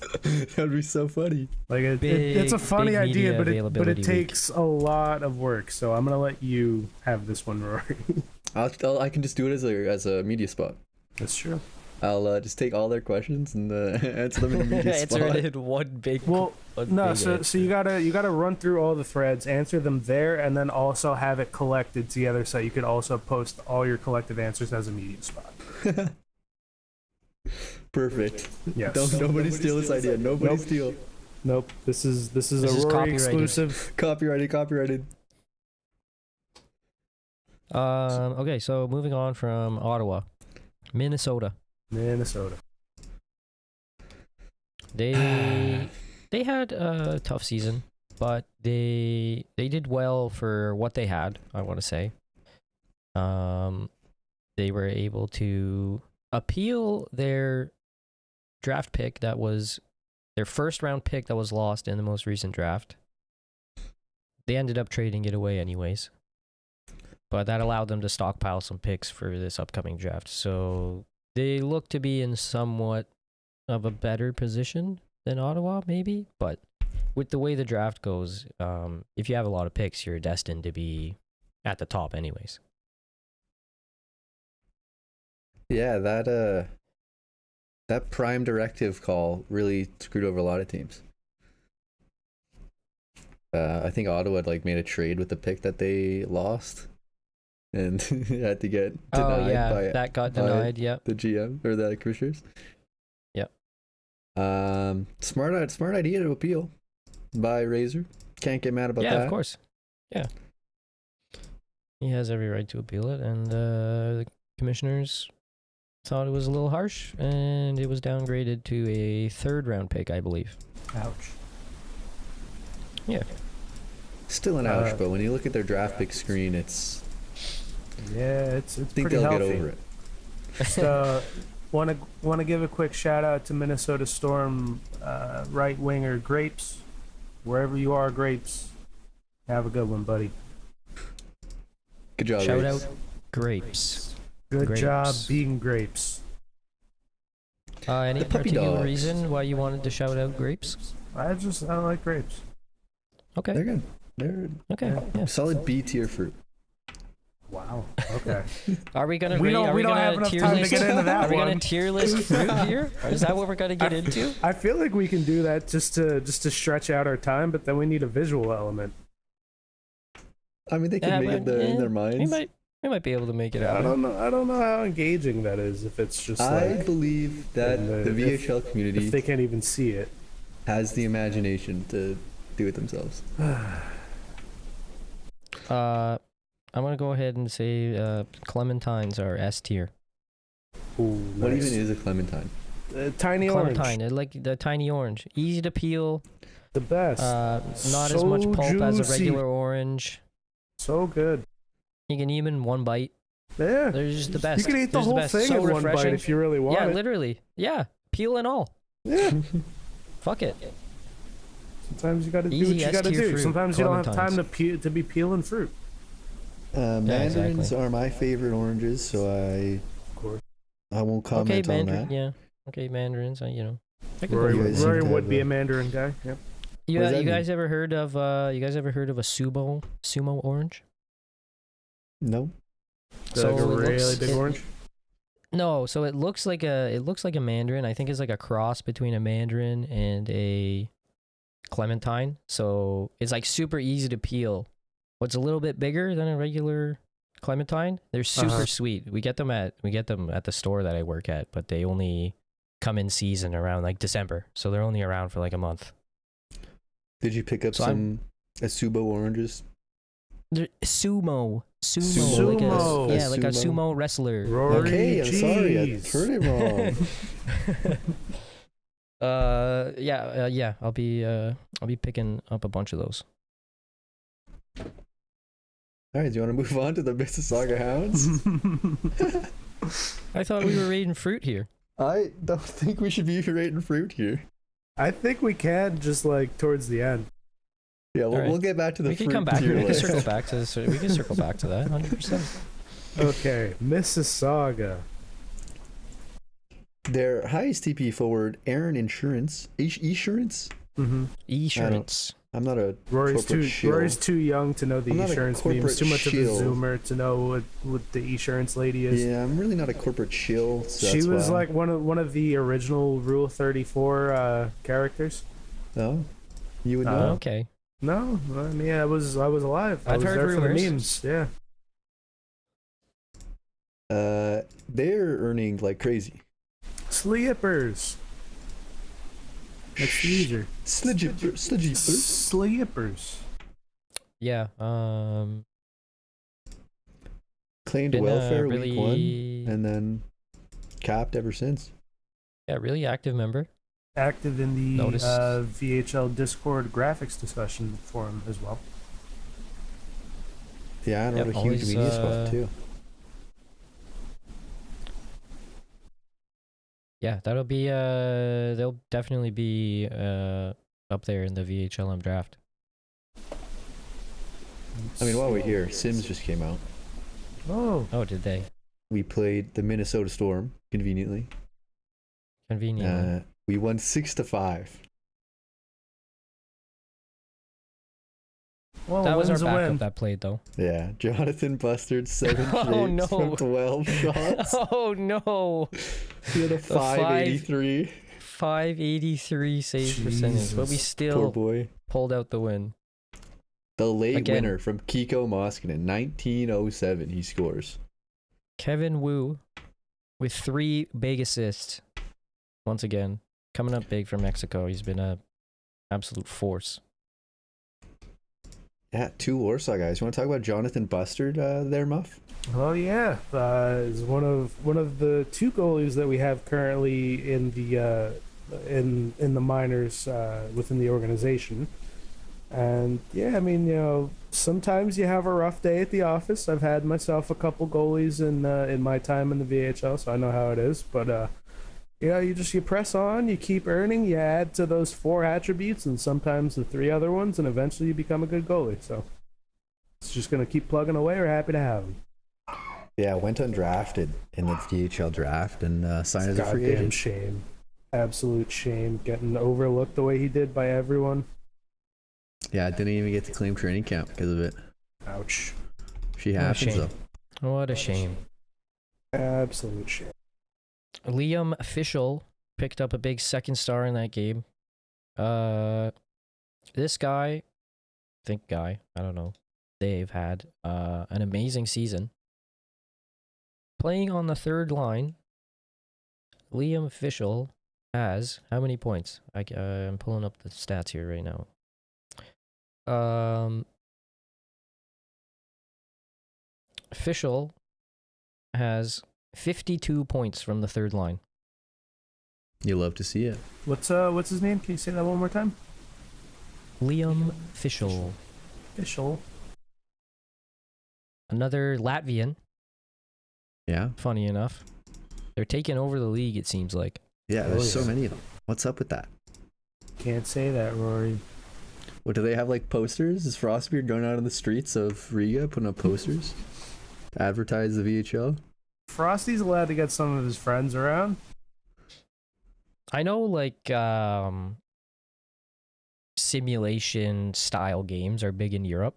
A: [laughs] That'd be so funny.
B: Like it, it, it's a
C: Big-
B: funny
C: big
B: idea, but it,
C: media
B: but it
C: availability week.
B: takes a lot of work. So I'm gonna let you have this one, Rory.
A: I'll, I'll I can just do it as a as a media spot.
B: That's true.
A: I'll uh, just take all their questions and uh, [laughs] answer them in a media
C: [laughs] Answer
A: spot.
C: it in one big.
B: Well,
C: one
B: no.
C: big
B: So so
C: answer.
B: you gotta you gotta run through all the threads, answer them there, and then also have it collected together so you could also post all your collected answers as a media spot.
A: [laughs] Perfect.
B: Yes.
A: Don't nobody, steal this idea. Nobody
B: Nope.
A: steal.
B: Nope. This is this is
C: This
B: a
C: is
B: Rory
C: copyrighted.
B: exclusive.
A: Copyrighted. Copyrighted.
C: Um, okay, so moving on from Ottawa, Minnesota.
B: Minnesota. [sighs]
A: [sighs] [laughs]
C: They they had a tough season, but they they did well for what they had. I want to say, um, they were able to appeal their draft pick that was their first round pick that was lost in the most recent draft. They ended up trading it away anyways. But that allowed them to stockpile some picks for this upcoming draft. So they look to be in somewhat of a better position than Ottawa, maybe. But with the way the draft goes, um, if you have a lot of picks, you're destined to be at the top, anyways.
A: Yeah, that uh, that prime directive call really screwed over a lot of teams. Uh, I think Ottawa had, like made a trade with the pick that they lost, and [laughs] had to get denied
C: oh yeah,
A: by
C: that got
A: by-
C: denied. Yep.
A: the GM or the commissioners.
C: Yep.
A: Um, smart, smart idea to appeal by Razor. Can't get mad about
C: yeah,
A: that.
C: of course. Yeah. He has every right to appeal it, and uh, the commissioners thought it was a little harsh, and it was downgraded to a third round pick, I believe.
B: Ouch.
A: Still an ouch,
B: Uh,
A: but when you look at their draft pick screen, it's
B: Yeah, it's it's
A: I think
B: pretty
A: they'll
B: healthy.
A: get over it.
B: So, want to want to give a quick shout out to Minnesota Storm uh, right winger Grapes, wherever you are, Grapes. Have a good one, buddy.
A: Good job.
C: Shout
A: Razor.
C: out grapes.
B: Good job
C: Grapes.
B: being Grapes.
C: Uh, any
A: The puppy
C: particular
A: dogs.
C: reason why you wanted to shout out grapes?
B: I just I like grapes.
C: Okay.
A: They're good. They're
C: Okay. Yeah.
A: solid B tier fruit.
B: Wow. [laughs] Okay.
C: Are we gonna
B: We
C: read?
B: don't-
C: are
B: we
C: we,
B: don't
C: gonna
B: have enough
C: tier
B: time to
C: list?
B: get into that
C: [laughs] are we
B: one.
C: gonna tier list fruit here? Is that what we're gonna
B: [laughs]
C: get into?
B: I feel like we can do that just to just to stretch out our time, but then we need a visual element.
A: I mean, they can
C: Yeah,
A: make
C: but-
A: it their, in
C: yeah,
A: their
C: We
A: minds.
C: might we might be able to make it
B: I
C: out.
B: don't know. I don't know how engaging that is if it's just
A: I
B: like
A: believe that
B: And, uh,
A: the
B: if-
A: VHL community
B: if they can't even see it. [sighs]
A: has the imagination to do it themselves.
C: Uh, I'm gonna go ahead and say uh, Clementines are S tier.
B: Ooh,
A: What
B: nice.
A: even is a clementine?
B: Uh, tiny orange?
C: Clementine, uh, like the tiny orange, easy to peel.
B: The best.
C: Uh, not as much
B: So
C: pulp as a
B: juicy.
C: regular orange.
B: so good.
C: You can eat 'em in one bite.
B: Yeah.
C: They're just the best.
B: You can eat
C: They're
B: the
C: just
B: whole
C: best.
B: thing
C: so
B: in one
C: refreshing.
B: bite if you really want
C: yeah,
B: it.
C: literally. Yeah, peel and all.
A: [laughs]
B: yeah.
A: Uh,
C: Fuck it.
B: Sometimes you got to do
C: Easy
B: what you
C: S
B: got to
C: tier
B: do.
C: fruit,
B: Sometimes you don't have time
C: clementines.
B: to peel, to be peeling fruit.
A: Uh,
C: Yeah,
A: mandarins
C: exactly.
A: are my favorite oranges, so I
B: Of course.
A: I won't comment
C: okay,
A: on
C: mandarin.
A: that.
C: Yeah. Okay, mandarins. I, you know. I can
B: Rory,
A: You
C: go
A: guys
C: with
A: seem
B: Rory
A: to
B: would
A: have
B: be
A: a-
B: a Mandarin guy. Yep.
C: You,
A: What does
C: uh,
A: that
C: you guys ever heard of uh you guys ever heard of a sumo sumo orange?
A: No,
B: The
C: So it
B: really
C: looks-
B: big
C: it-
B: orange.
C: No, so it looks like a it looks like a mandarin. I think it's like a cross between a mandarin and a clementine. So it's like super easy to peel. What's a little bit bigger than a regular clementine? They're super
B: Uh-huh.
C: sweet. We get them at we get them at the store that I work at, but they only come in season around like December. So they're only around for like a month.
A: did you pick up
C: So
A: some
C: I'm-
A: Asubo oranges?
C: They're- sumo. Sumo.
A: Sumo.
C: Like
B: Sumo.
C: a, yeah, like a
A: Sumo.
C: sumo wrestler.
B: Rory,
A: okay, I'm sorry, I
B: jeez.
A: heard it
C: [laughs]
A: wrong. [laughs]
C: uh yeah uh, yeah I'll be uh I'll be picking up a bunch of those.
A: All right, do you want to move on to the Mississauga Hounds?
C: [laughs] I
A: [laughs]
C: thought we were reading fruit here.
A: I don't think we should be rating fruit here.
B: [laughs] I think we can just like towards the end.
A: Yeah, we'll,
C: All right.
A: we'll get back to the
C: We
A: fruit
C: can come back.
A: tier
C: We can
A: list. [laughs]
C: circle back to this. We can circle back to that. Hundred percent.
B: Okay, Mississauga.
A: Their highest TP forward, Aaron Insurance. Ish- Insurance?
B: Mm-hmm.
C: Insurance.
A: I'm not a
B: Rory's
A: corporate
B: too
A: shill.
B: Rory's too young to know the
A: I'm not a
B: insurance
A: corporate
B: memes. Too much
A: shill.
B: of a zoomer to know what, what the insurance lady is.
A: Yeah, I'm really not a corporate shill. So
B: she
A: that's
B: was
A: why.
B: like one of one of the original Rule Thirty Four uh, characters.
A: oh, you would
B: Uh,
A: know.
C: Oh, okay.
B: No, I mean I was I was alive. I
C: I've
B: was
C: heard
B: there for
C: rumors.
B: the memes. Yeah.
A: Uh, they're earning like crazy.
B: Slippers. That's easier.
A: Slidgy, slidgy.
B: Slippers.
C: Yeah. Um.
A: Claimed
C: Been, uh,
A: welfare
C: really,
A: week one, and then copped ever since.
C: yeah, really active member.
B: Active in the
C: Notice.
B: uh, VHL Discord graphics discussion forum as well.
A: Yeah, I don't
C: Yep,
A: have a huge
C: always,
A: media
C: uh,
A: spot too.
C: Yeah, that'll be. Uh, they'll definitely be uh up there in the VHLM draft.
A: I mean, while we're here, Sims just came out.
B: Oh,
C: Oh, did they?
A: We played the Minnesota Storm conveniently.
C: Convenient.
A: Uh, we won six to five.
B: well,
C: that
B: a
C: was our
B: win's a
C: backup
B: Oh, win.
C: that played though.
A: Yeah, Jonathan busted seven
C: [laughs] Oh,
A: frames from
C: no. [laughs]
A: twelve [laughs] shots.
C: oh no.
A: He had a five eighty three.
C: 583 save percentage, but
A: Poor
B: Jesus,
C: we still
A: boy.
C: pulled out the win.
A: The late
C: Again.
A: winner from Kiko Moskinen, nineteen oh seven. He scores.
C: Kevin Wu with three big assists. Once again, coming up big from Mexico. He's been a absolute force.
A: Yeah, two Warsaw guys. You want to talk about Jonathan Bustard uh, there, Muff?
B: Oh yeah, uh, is one of one of the two goalies that we have currently in the uh, in in the minors uh, within the organization. And yeah, I mean, you know, sometimes you have a rough day at the office. I've had myself a couple goalies in uh, in my time in the VHL, so I know how it is. But uh, you know, you just you press on, you keep earning, you add to those four attributes, and sometimes the three other ones, and eventually you become a good goalie. So it's just gonna keep plugging away. We're happy to have him.
A: Yeah, went undrafted in the DHL draft and uh, signed as a free
B: Goddamn
A: agent.
B: shame. Absolute shame. Getting overlooked the way he did by everyone.
A: Yeah, didn't even get to claim training camp because of it.
B: Ouch.
A: She
C: Oh,
A: happens
C: shame.
A: though.
C: What a shame.
B: Absolute shame.
C: Liam Fischel picked up a big second star in that game. Uh, this guy, I think guy, I don't know. They've had uh, an amazing season. Playing on the third line, Liam Fischel has how many points? I, c- uh, I'm pulling up the stats here right now. Um, Fischel has 52 points from the third line.
A: You love to see it.
B: What's uh what's his name? Can you say that one more time?
C: Liam Fischel,
B: Fischel.
C: another Latvian,
A: Yeah.
C: funny enough. They're taking over the league, it seems like.
A: Yeah,
B: Oh,
A: there's so
B: yeah.
A: many of them. What's up with that?
B: Can't say that, Rory.
A: What do they have like posters? Is Frostbeard going out on the streets of Riga putting up posters to advertise the VHL?
B: Frosty's allowed to get some of his friends around.
C: I know, like, um, simulation style games are big in Europe.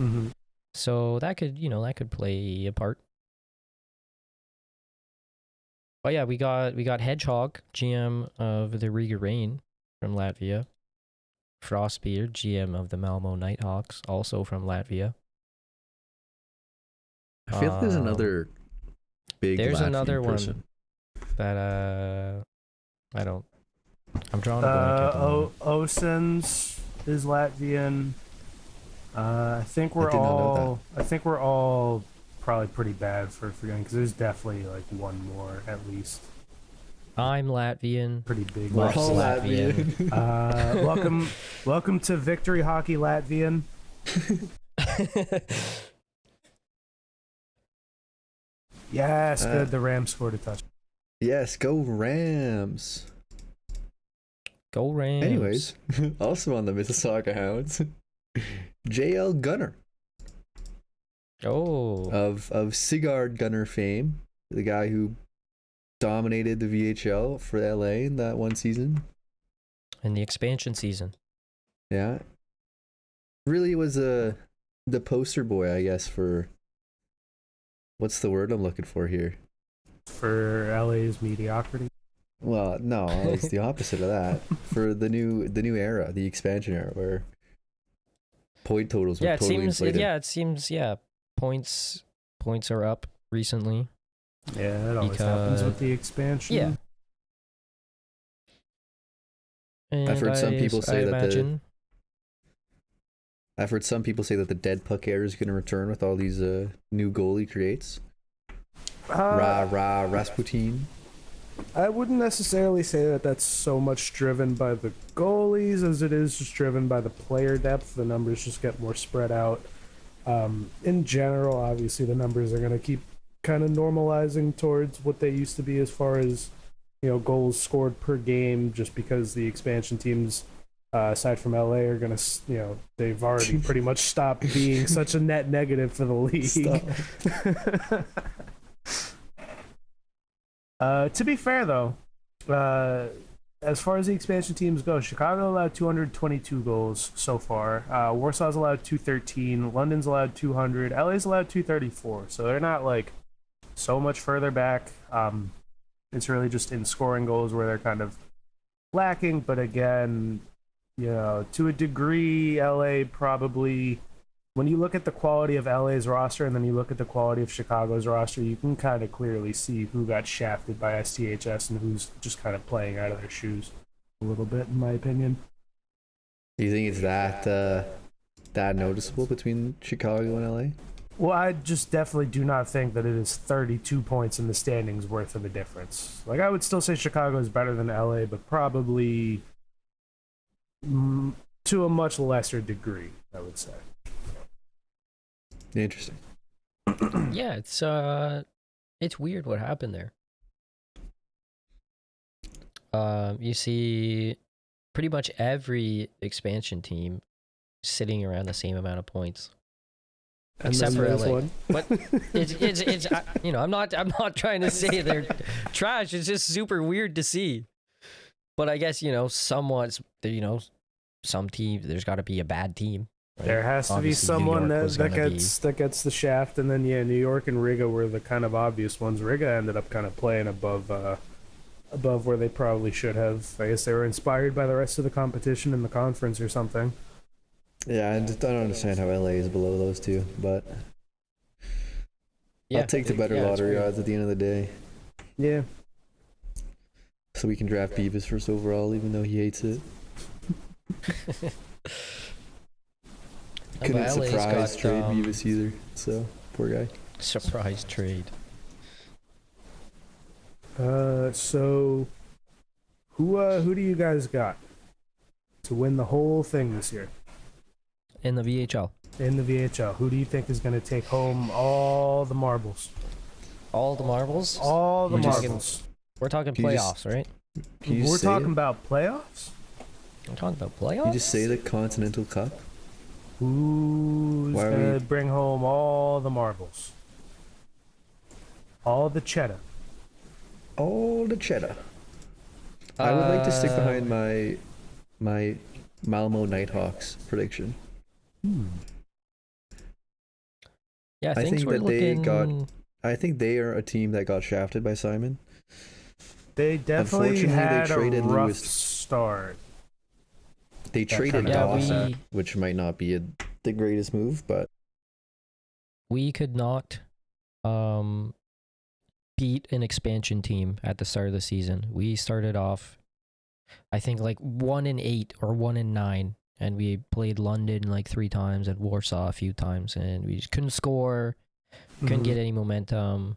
B: Mm-hmm.
C: So that could, you know, that could play a part. But yeah, we got we got Hedgehog, GM of the Riga Rain from Latvia. Frostbeard, GM of the Malmo Nighthawks, also from Latvia.
A: I feel like there's
C: Um,
A: another big.
C: there's
A: Latvian
C: another one.
A: person.
C: that uh I don't I'm drawing a blank.
B: Uh
C: at the
B: o-
C: moment.
B: Osens is Latvian. Uh, I think we're
A: did not know
B: all I think we're all probably pretty bad for forgetting because there's definitely like one more at least
C: I'm Latvian. [laughs]
B: pretty big
A: We're
B: one.
C: Lots
A: all
C: of Latvian. [laughs]
A: Latvian.
B: Uh, welcome, welcome to Victory Hockey Latvian. Yes,
A: Uh,
B: good. The Rams scored a touch.
A: yes, go Rams.
C: Go Rams.
A: Anyways, [laughs] also on the Mississauga Hounds, JL Gunner
C: Oh,
A: of of Sigard Gunner fame, the guy who dominated the VHL for LA in that one season.
C: in the expansion season.
A: Yeah. Really was a the poster boy, I guess, for what's the word I'm looking for here?
B: for LA's mediocrity.
A: Well, no, it's the opposite of
C: [laughs]
A: that. For the new the new era, the expansion era where point totals were
C: yeah, it
A: totally
C: seems.
A: inflated.
C: yeah, it seems. Yeah, points points are up recently.
B: Yeah, that always happens with the
A: Hmm.
B: expansion.
C: Yeah.
A: I've heard
C: And
A: some
C: I
A: people
C: s-
A: say
C: I
A: that the-
C: imagine-
A: I've heard some people say that the dead puck era is going to return with all these uh, new goalie creates.
B: Uh,
A: rah rah
C: [laughs]
A: Rasputin.
B: I wouldn't necessarily say that that's so much driven by the goalies as it is just driven by the player depth. The numbers just get more spread out. Um, in general, obviously, the numbers are going to keep kind of normalizing towards what they used to be as far as you know goals scored per game, just because the expansion teams. Uh, aside from LA, are gonna s- you know they've already pretty much stopped being such a net negative for the league.
A: Stop.
B: [laughs] uh, to be fair, though, uh, as far as the expansion teams go, Chicago allowed 222 goals so far. Uh, Warsaw's allowed 213. London's allowed 200. LA's allowed 234. So they're not like so much further back. Um, it's really just in scoring goals where they're kind of lacking. But again, you know, to a degree, LA probably when you look at the quality of LA's roster and then you look at the quality of Chicago's roster, you can kind of clearly see who got shafted by STHS and who's just kind of playing out of their shoes a little bit, in my opinion.
A: Do you think it's that uh, that noticeable between Chicago and LA?
B: Well, I just definitely do not think that it is 32 points in the standings worth of a difference. Like, I would still say Chicago is better than LA, but probably mm, to a much lesser degree, I would say.
A: Interesting.
C: yeah, it's uh, it's weird what happened there. Um, you see, pretty much every expansion team sitting around the same amount of points. Except for LA. But it's it's, it's I, you know I'm not I'm not trying to say they're trash. It's just super weird to see. But I guess you know somewhat you know some team there's got to be a bad team. right?
B: There has to be
C: Obviously, New
B: someone
C: York
B: that,
C: was
B: that
C: gonna be-
B: gets that gets the shaft, and then yeah, New York and Riga were the kind of obvious ones. Riga ended up kind of playing above uh, above where they probably should have. I guess they were inspired by the rest of the competition in the conference or something.
A: Yeah, I just don't understand how LA is below those two, but
C: Yeah,
A: I'll take the
C: it-
A: better
C: yeah, it's
A: lottery
C: weird.
A: odds at the end of the day,
B: Yeah,
A: so we can draft Beavis first overall, even though he hates it.
C: No,
A: Couldn't
C: but LA's
A: surprise
C: got,
A: trade
C: um,
A: Beavis either. So poor guy.
C: Surprise trade.
B: Uh, so who uh, who do you guys got to win the whole thing this year
C: in the VHL.
B: in the VHL? Who do you think is going to take home all the marbles?
C: All the marbles.
B: All the
C: We're just-
B: marbles.
C: We're talking
A: You
C: playoffs,
A: just-
C: right?
A: Can you
B: We're
A: say
B: talking
A: it?
B: about playoffs.
C: We're talking about
A: Can you
C: playoffs.
A: just say the Continental Cup.
B: Who's
A: Why are
B: gonna
A: we-
B: bring home all the marbles? All the cheddar.
A: All the cheddar. I would like to stick
C: Uh,
A: behind my my Malmo Nighthawks prediction.
C: Yeah,
A: I
C: things
A: think
C: were
A: that they
C: looking.
A: got- I think they are a team that got shafted by Simon.
B: They definitely
A: Unfortunately, they
B: had a
A: traded
B: rough
A: Lewis.
B: start.
A: They
B: That
A: traded
B: kinda
C: yeah,
B: Dawson.
A: Dawson,
C: we
A: which might not be a, the greatest move, but
C: we could not um beat an expansion team at the start of the season. We started off, I think like one in eight or one in nine, and we played London like three times and Warsaw a few times, and we just couldn't score. couldn't
B: Mm-hmm.
A: Mm-hmm.
C: get any momentum.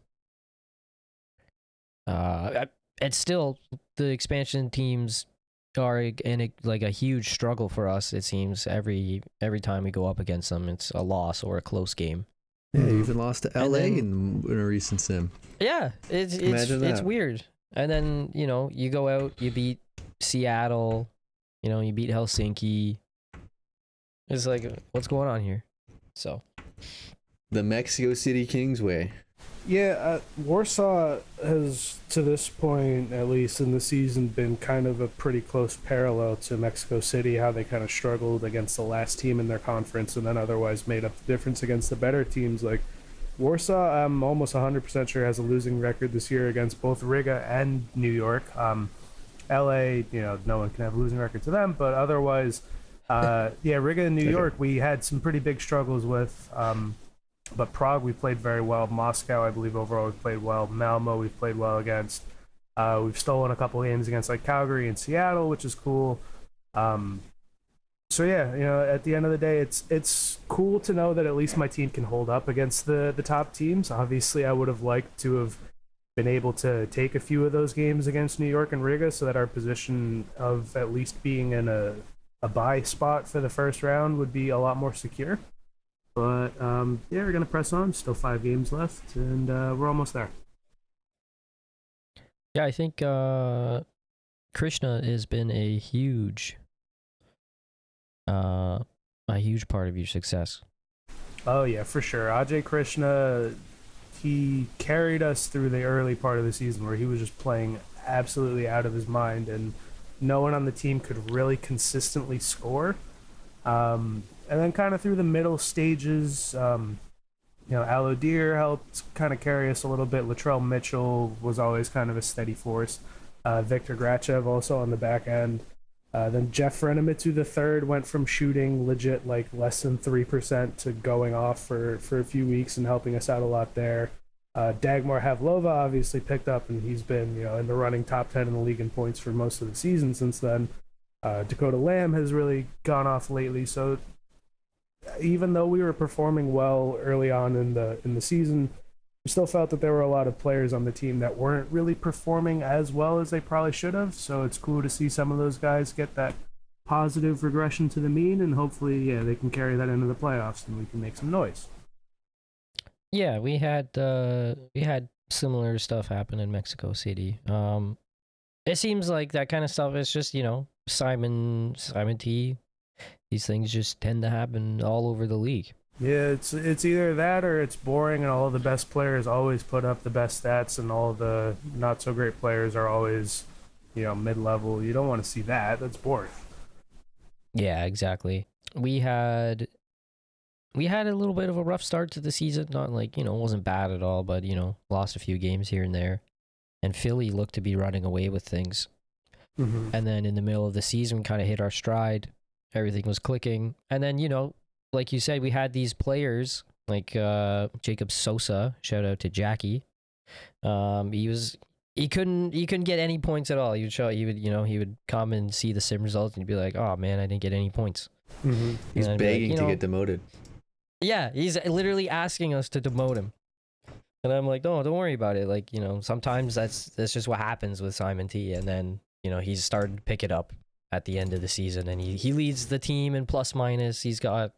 C: Uh, I- and still, the expansion teams are a- in a, like a huge struggle for us. It seems every every time we go up against them, it's a loss or a close game.
A: yeah,
B: Mhm.
A: you even lost to
C: And
A: LA
C: then-
A: in, in a recent sim.
C: Yeah, it's it's
A: Imagine
C: it's
A: that.
C: weird. And then you know you go out, you beat Seattle, you know you beat Helsinki. It's like what's going on here? So
A: The Mexico City Kingsway.
B: Yeah, uh, Warsaw has, to this point, at least in the season, been kind of a pretty close parallel to Mexico City, how they kind of struggled against the last team in their conference and then otherwise made up the difference against the better teams. Like, Warsaw, I'm almost 100% sure, has a losing record this year against both Riga and New York. Um, LA, you know, no one can have a losing record to them, but otherwise, uh, yeah, Riga and New
A: Okay.
B: York, we had some pretty big struggles with. Um, but Prague, we played very well. Moscow, I believe, overall, we played well. Malmo, we've played well against. Uh, we've stolen a couple games against like Calgary and Seattle, which is cool. Um, so yeah, you know, at the end of the day, it's it's cool to know that at least my team can hold up against the the top teams. Obviously, I would have liked to have been able to take a few of those games against New York and Riga, so that our position of at least being in a a buy spot for the first round would be a lot more secure. But um, yeah, we're gonna press on. Still five games left, and uh, we're almost there.
C: Yeah, I think uh, Krishna has been a huge, uh, a huge part of your success.
B: Oh yeah, for sure. Ajay Krishna, he carried us through the early part of the season where he was just playing absolutely out of his mind, and no one on the team could really consistently score. Um, and then kind of through the middle stages, um, you know, Aloe Deer helped kind of carry us a little bit. Latrell Mitchell was always kind of a steady force. Uh, Victor Grachev also on the back end. Uh, then Jeff Renemitsu the third went from shooting legit like less than three percent to going off for for a few weeks and helping us out a lot there. Uh, Dagmar Havlova obviously picked up and he's been you know in the running top ten in the league in points for most of the season since then. Uh, Dakota Lamb has really gone off lately, so even though we were performing well early on in the in the season, we still felt that there were a lot of players on the team that weren't really performing as well as they probably should have. So it's cool to see some of those guys get that positive regression to the mean, and hopefully, yeah, they can carry that into the playoffs and we can make some noise.
C: Yeah, we had uh, we had similar stuff happen in Mexico City. Um, it seems like that kind of stuff is just you know Simon Simon T. These things just tend to happen all over the league.
B: Yeah, it's it's either that or it's boring, and all the best players always put up the best stats, and all the not so great players are always, you know, mid level. You don't want to see that. That's boring.
C: Yeah, exactly. We had we had a little bit of a rough start to the season. Not like, you know, it wasn't bad at all, but you know, lost a few games here and there. And Philly looked to be running away with things.
B: Mm-hmm.
C: And then in the middle of the season we kind of hit our stride. Everything was clicking. And then, you know, like you said, we had these players like uh Jacob Sosa, shout out to Jackie. Um he was he couldn't he couldn't get any points at all. He would show he would you know, he would come and see the sim results and he'd be like, Oh man, I didn't get any points.
B: Mm-hmm.
A: He's
C: And I'd be like,
A: begging
C: "You
A: to
C: know,
A: get demoted.
C: Yeah, he's literally asking us to demote him. And I'm like, no, don't worry about it. Like, you know, sometimes that's that's just what happens with Simon T. And then, you know, he's started to pick it up at the end of the season and he, he leads the team in plus minus. He's got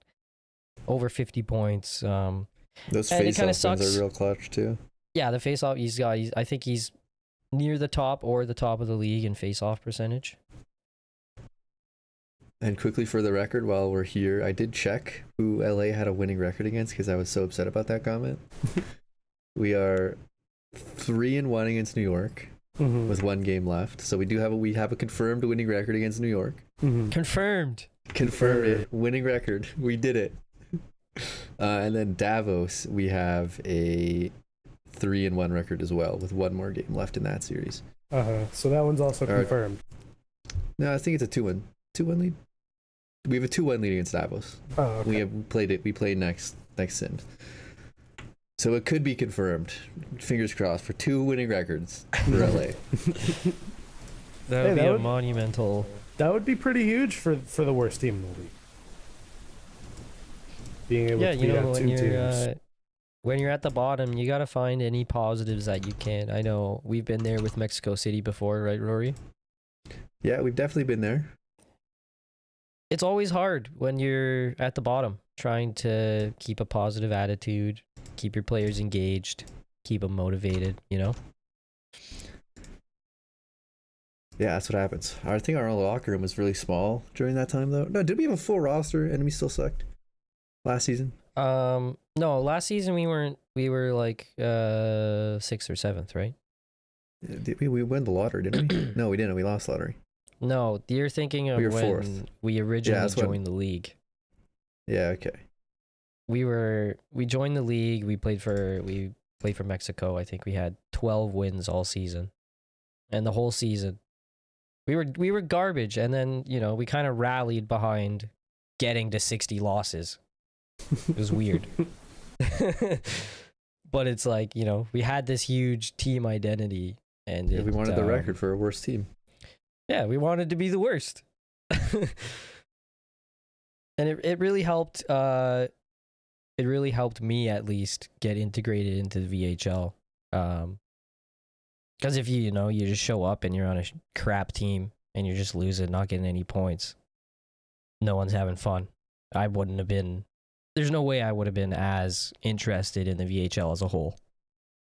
C: over fifty points. Um
A: Those
C: And
A: face
C: it kinda
A: off ones
C: sucks.
A: are real clutch too.
C: yeah, the face off he's got he's, I think he's near the top or the top of the league in face off percentage.
A: And quickly for the record, while we're here, I did check who LA had a winning record against because I was so upset about that
C: [laughs]
A: comment. we are three and one against New York
B: Mm-hmm.
A: with one game left, so we do have a we have a confirmed winning record against New York.
B: Mm-hmm.
C: Confirmed.
A: Confirmed it, winning record. We did it. Uh, and then Davos, we have a three and one record as well with one more game left in that series.
B: Uh huh. So that one's also
A: All right.
B: confirmed.
A: No, I think it's a two one. Two one lead. We have a two one lead against Davos.
B: Oh, okay.
A: We have played it. We play next next sim. So it could be confirmed. Fingers crossed for two winning records
B: [laughs]
A: for LA.
C: That
B: Hey,
C: would be
B: that
C: a
B: would-
C: monumental
B: That would be pretty huge for for the worst team in the league. Being able
C: yeah,
B: to
C: you
B: beat
C: know,
B: out two
C: when
B: teams.
C: you're uh, when you're at the bottom, you gotta find any positives that you can. I know we've been there with Mexico City before, right, Rory?
A: Yeah, we've definitely been there.
C: It's always hard when you're at the bottom, trying to keep a positive attitude, keep your players engaged, keep them motivated. You know,
A: Yeah, that's what happens. I think our locker room was really small during that time, though. No, did we have a full roster and we still sucked last season?
C: Um, no, last season we weren't. We were like uh sixth or seventh, right?
A: Yeah, Did we, we win the lottery, didn't we? no, we didn't. We lost lottery.
C: No, you're thinking of
A: We were
C: when
A: fourth.
C: we originally
A: when-
C: joined the league.
A: Yeah, okay.
C: We were we joined the league. We played for we played for Mexico. I think we had twelve wins all season, and the whole season, we were we were garbage. And then you know we kind of rallied behind getting to sixty losses. It
A: [laughs]
C: was weird. [laughs] but it's like you know we had this huge team identity, and
A: Yeah, we
C: it,
A: wanted the
C: um,
A: record for a worst team.
C: yeah, we wanted to be the worst. [laughs] and it, it really helped uh it really helped me at least get integrated into the VHL. Um cuz if you, you know, you just show up and you're on a sh- crap team and you're just losing, not getting any points. No one's having fun. I wouldn't have been there's no way I would have been as interested in the VHL as a whole. [laughs]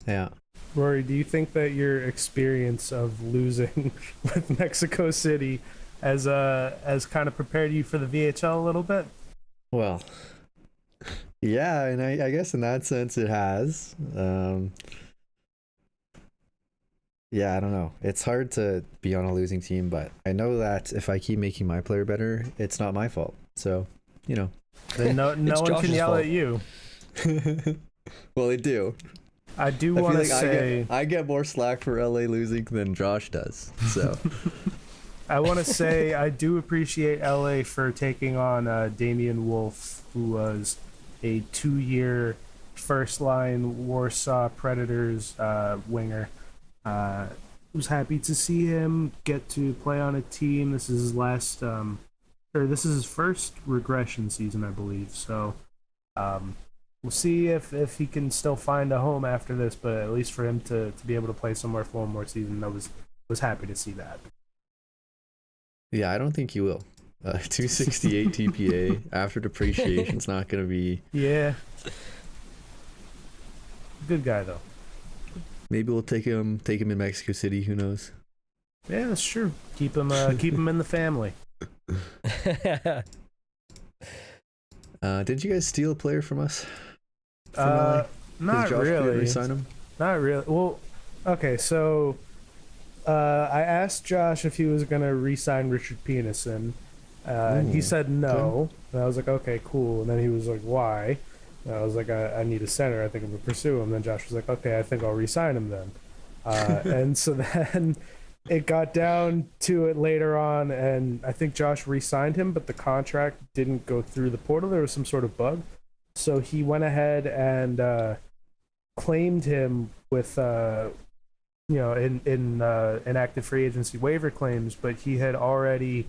A: Yeah.
B: Rory, do you think that your experience of losing [laughs] with Mexico City has uh has kind of prepared you for the VHL a
A: [laughs]
B: little bit?
A: Well, yeah, and I, I guess in that sense it has. Um, yeah, I don't know. It's hard to be on a losing team, but I know that if I keep making my player better, it's not my fault. So, you know. [laughs]
B: Then no no
C: It's
B: one
C: Josh's
B: can yell
C: fault.
B: at you.
A: well, they do.
B: I
A: I
B: do
A: feel
B: want to
A: like I,
B: say
A: get, I get more slack for LA losing than Josh does. So,
B: I want to say I do appreciate LA for taking on uh, Damian Wolf, who was a two-year first-line Warsaw Predators uh, winger. Uh, was happy to see him get to play on a team. This is his last, um, or this is his first regression season, I believe. So um, we'll see if, if he can still find a home after this. But at least for him to, to be able to play somewhere for one more season, I was was happy to see that.
A: yeah, I don't think he will. Uh, [laughs] 268 TPA after depreciation's not going to be.
B: [laughs] Yeah. Good guy though.
A: Maybe we'll take him take him in Mexico City. Who knows?
B: Yeah, that's true. Keep him, uh, keep him in the [laughs] family.
A: Uh, did you guys steal a player from us? From
B: Uh,
A: LA?
B: not really.
A: Sign him.
B: Not really. Well, okay. So, uh, I asked Josh if he was gonna re-sign Richard Penison. Uh, and he
A: Ooh,
B: said no. And I was like, okay, cool. And then he was like, why? And I was like, I, I need a center. I think I'm gonna pursue him. Then Josh was like, okay, I think I'll re-sign him then. Uh, and so then it got down to it later on, and I think Josh re-signed him, but the contract didn't go through the portal. There was some sort of bug, so he went ahead and uh, claimed him with, uh, you know, in in uh, inactive free agency waiver claims. But he had already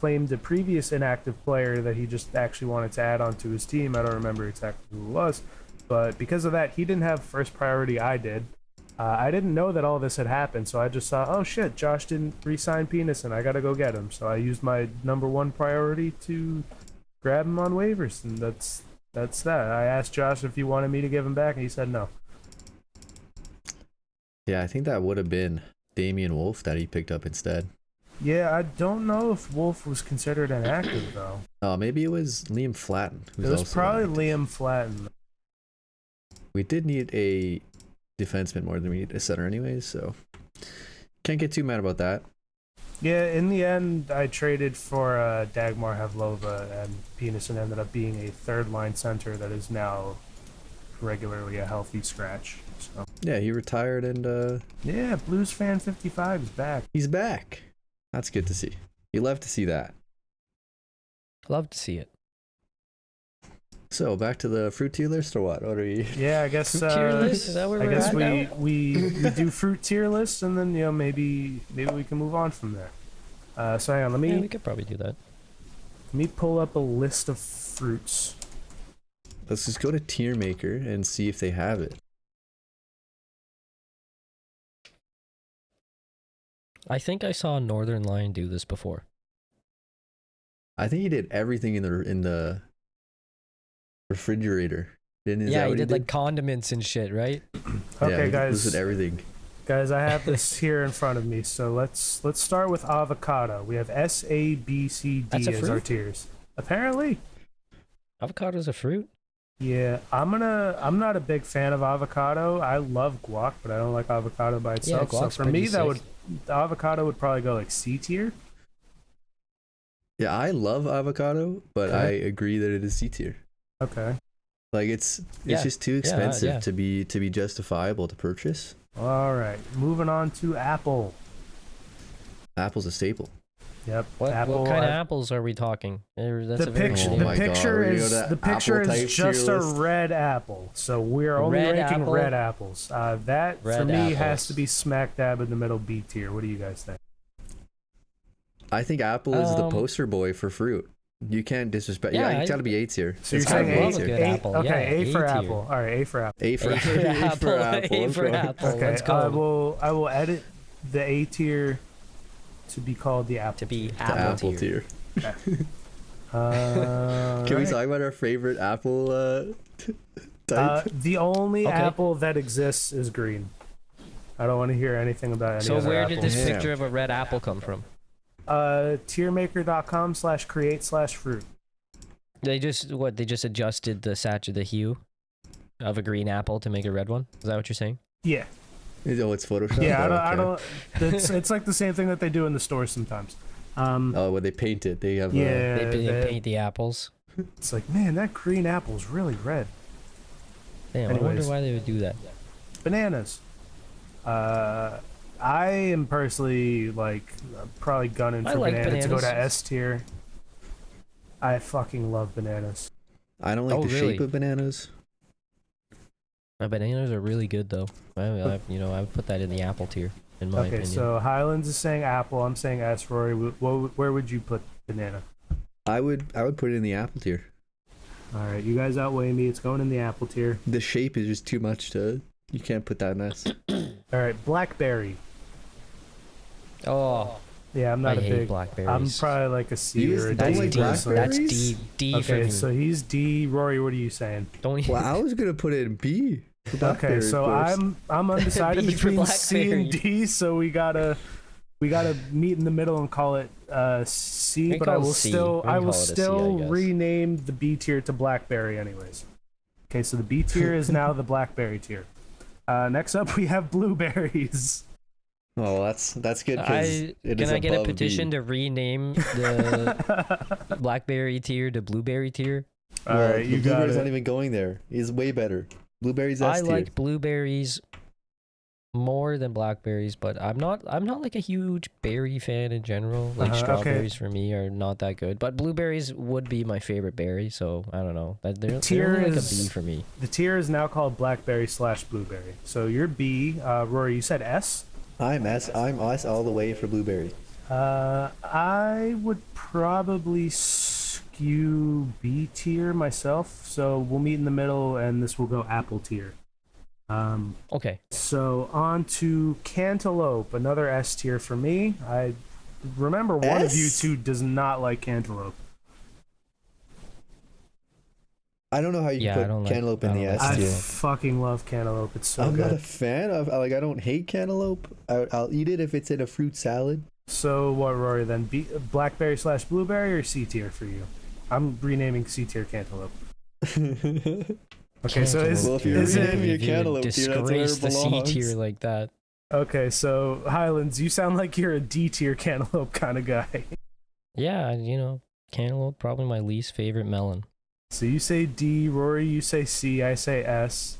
B: claimed a previous inactive player that he just actually wanted to add onto his team. I don't remember exactly who it was, but because of that, he didn't have first priority. I did. Uh, I didn't know that all this had happened, so I just saw, oh shit, Josh didn't re-sign Penis, and I gotta go get him. So I used my number one priority to grab him on waivers, and that's that's that. I asked Josh if he wanted me to give him back, and he said no.
A: Yeah, I think that would have been Damian Wolf that he picked up instead.
B: Yeah, I don't know if Wolf was considered inactive though.
A: Oh, maybe it was Liam Flatten.
B: It was probably Liam Flatten.
A: We did need a defenseman more than we needed a center, anyways. So can't get too mad about that.
B: Yeah, in the end, I traded for uh, Dagmar Havlova, and Peterson ended up being a third line center that is now regularly a healthy scratch. So
A: Yeah, he retired and uh,
B: yeah, Blues fan 55 is back.
A: he's back. That's good to see. You love to see that.
C: Love to see it.
A: So back to the fruit tier list or what? What are you? [laughs]
B: Yeah, I guess.
C: Fruit tier
B: uh,
C: list? Is that where
B: I
C: we're
B: guess
C: at
B: we,
C: now?
B: we we do fruit tier list, and then you know maybe maybe we can move on from there. Uh, so hang on, let me
C: Yeah, we could probably do that.
B: let me pull up a list of fruits.
A: Let's just go to tier maker and see if they have it.
C: I think I saw Northern Lion do this before.
A: I think he did everything in the in the refrigerator. Didn't, is that
C: yeah, he
A: what
C: did like condiments and shit, right?
A: Yeah,
B: Okay,
A: he
B: guys.
A: listed everything.
B: Guys, I have this [laughs] here in front of me, so let's let's start with avocado. We have S A B C D
C: That's a
B: as our
C: fruit?
B: tiers. Apparently,
C: Avocado's a fruit.
B: Yeah, I'm gonna. I'm not a big fan of avocado. I love guac, but I don't like avocado by
C: Yeah,
B: itself. so
C: guac's
B: for me,
C: pretty
B: that
C: sick.
B: would the avocado would probably go like C tier.
A: Yeah, I love avocado, but I
C: Okay.
A: agree that it is C tier.
B: Okay.
A: Like it's it's
C: Yeah.
A: just too
C: Yeah, uh,
A: expensive
C: yeah.
A: to be to be justifiable to purchase.
B: All right. Moving on to Apple.
A: Apple's a staple.
B: Yep.
C: What,
B: Apple.
C: what kind
B: I-
C: of apples are we talking? Eh, That's
B: the
C: a very
B: picture,
A: Oh
C: interesting
B: the
A: my
C: one.
A: God,
B: picture
A: we're gonna
B: is
A: go to
B: the picture
A: apple
B: is
A: types tier
B: just a
A: list?
B: red apple. So we are only
C: Red
B: ranking
C: apple?
B: red apples. Uh, that for
C: Red
B: me
C: apples.
B: has to be smack dab in the middle B tier. What do you guys think?
A: I think Apple is the
C: Um,
A: poster boy for fruit. You can't disrespect.
C: Yeah,
A: Yeah,
C: I-
A: it's got to be A tier.
B: So
A: It's
B: you're
A: gotta
B: saying
A: be
B: A,
C: love a
A: tier.
C: good
B: A-
C: apple,
B: Okay,
C: yeah,
B: A for
C: A tier.
B: apple. All right, A for apple.
A: [laughs] A for,
C: A [laughs] for apple, A
A: of
C: for
A: course. [laughs]
C: apple.
B: okay,
C: Oh, Let's go.
B: I will I will edit the A tier to be called the apple.
C: to be
A: The
C: apple,
A: apple
C: tier.
A: tier. [laughs]
B: Uh,
A: Can we
B: right.
A: talk about our favorite apple uh, [laughs] t-
B: Uh,
A: type?
B: the only
C: Okay.
B: apple that exists is green. I don't want to hear anything about any
C: So
B: other
C: where
B: apples.
C: did this
A: Yeah.
C: picture of a red apple come from?
B: uh, tiermaker.com slash create slash fruit.
C: They just what? They just adjusted the satch the hue of a green apple to make a red one. Is that what you're saying?
B: Yeah,
A: oh, it's Photoshop.
B: yeah. I don't. I
A: Oh, okay.
B: don't. It's, it's like the same thing that they do in the stores sometimes. Um,
A: Oh, when they paint it, they have. Yeah.
B: yeah,
C: they, they
B: that-
C: paint the apples.
B: it's like man, that green apple's really red.
C: Damn, I wonder
B: Anyways.
C: why they would do that.
B: Bananas. Uh, I am personally like probably gunning
C: I
B: for
C: like
B: bananas to go to
C: bananas.
B: S tier. I fucking love bananas.
A: I don't like
C: Oh,
A: the
C: really?
A: shape of bananas.
C: Uh, bananas are really good though. I, I, you know, I would put that in the apple tier, in my
B: okay,
C: opinion.
B: so Highlands is saying apple. I'm saying S. Rory, wh- wh- where would you put banana?
A: I would I would put it in the apple tier.
B: All right, you guys outweigh me. It's going in the apple tier.
A: The shape is just too much to. You can't put that in
C: [laughs]
A: S.
B: All right, blackberry.
C: oh,
B: Yeah, I'm
C: I
B: not a
C: hate
B: big.
C: blackberries.
B: I'm probably like a C
A: You
B: or a
A: don't
B: D.
A: like
B: or something.
C: that's
A: blackberries?
C: D D for
B: Okay,
C: me.
B: so he's D. Rory, what are you saying?
C: Don't even-
A: well, I was gonna put it in B. for
B: Okay,
A: blackberry,
B: so
A: of course.
B: I'm
C: [laughs]
B: I'm undecided
C: B for
B: between C and
C: blackberry.
B: D. So we gotta we gotta meet in the middle and call it uh, C.
C: We
B: but I
C: call
B: will
C: C.
B: still
C: We
B: I
C: can
B: will
C: call it a C, I
B: still
C: guess.
B: rename the B tier to blackberry, anyways. Okay, so the B tier
C: [laughs]
B: is now the blackberry tier. Uh, next up, we have blueberries.
A: Oh, well, that's that's good because
C: [laughs] I,
A: it is
C: can I get a
A: above
C: petition
A: B.
C: to
A: [laughs]
B: [laughs]
C: rename the blackberry tier to blueberry tier?
B: All
A: well,
B: right,
A: the
B: you got
A: blueberry's
B: it.
A: not even going there. It's way better. Blueberries
C: I
A: S tier.
C: like blueberries more than blackberries, but I'm not I'm not like a huge berry fan in general. Like
B: Uh-huh, okay.
C: strawberries for me are not that good, but blueberries would be my favorite berry. So I don't know. That- They're, they're
B: tier
C: only like a
B: is-
C: B for me.
B: The tier is now called blackberry slash blueberry. So you're B. Uh, Rory, you said S.
A: I'm S. I'm S all the way for blueberry.
B: Uh, I would probably skew B tier myself. So we'll meet in the middle, and this will go apple tier. Um,
C: Okay,
B: so on to cantaloupe, another S tier for me. I remember one of you
A: S?
B: two does not like cantaloupe.
A: I don't know how you
C: Yeah, I
A: put
C: don't like-
A: cantaloupe
C: I
A: in
C: don't
A: the
C: like
A: S
B: I
A: tier.
C: cantaloupe.
B: fucking love cantaloupe. It's so
A: I'm
B: good.
A: not a fan of like. I don't hate cantaloupe. I, I'll eat it if it's in a fruit salad.
B: So what, Rory? Then B- blackberry slash blueberry or C tier for you? I'm renaming C tier cantaloupe. Okay, so is,
A: Well, if you're
B: is
A: renaming it
B: it
A: your cantaloupe tier, that's where it
C: disgrace the C
A: belongs.
C: tier like that?
B: okay? So Highlands, you sound like you're a D tier cantaloupe kind of guy. [laughs]
C: Yeah, you know, cantaloupe probably my least favorite melon.
B: So you say D, Rory, you say C, I say S.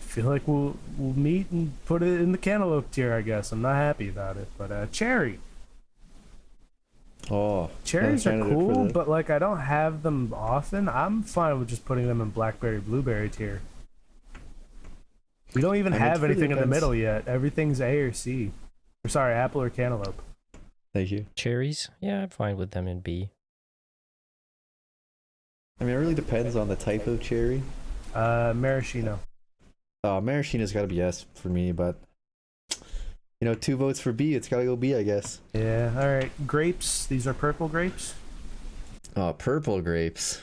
B: I feel like we'll we'll meet and put it in the cantaloupe tier. I guess I'm not happy about it, but uh, cherry.
C: [laughs]
A: Oh,
B: Cherries are
A: another candidate for
B: cool,
A: the-
B: but like I don't have them often. I'm fine with just putting them in blackberry blueberry tier. We don't even
A: I mean, it
B: have
A: really
B: anything in the
A: depends.
B: middle yet. Everything's A or C. Or sorry, apple or cantaloupe.
A: Thank you.
C: Cherries, yeah, I'm fine with them in B.
A: I mean, it really depends on the type of cherry.
B: Uh maraschino.
A: Oh, maraschino's got to be S for me, but you know, two votes for B. It's got to go B, I guess.
B: Yeah, all right. Grapes. These are purple grapes.
A: Oh, purple grapes.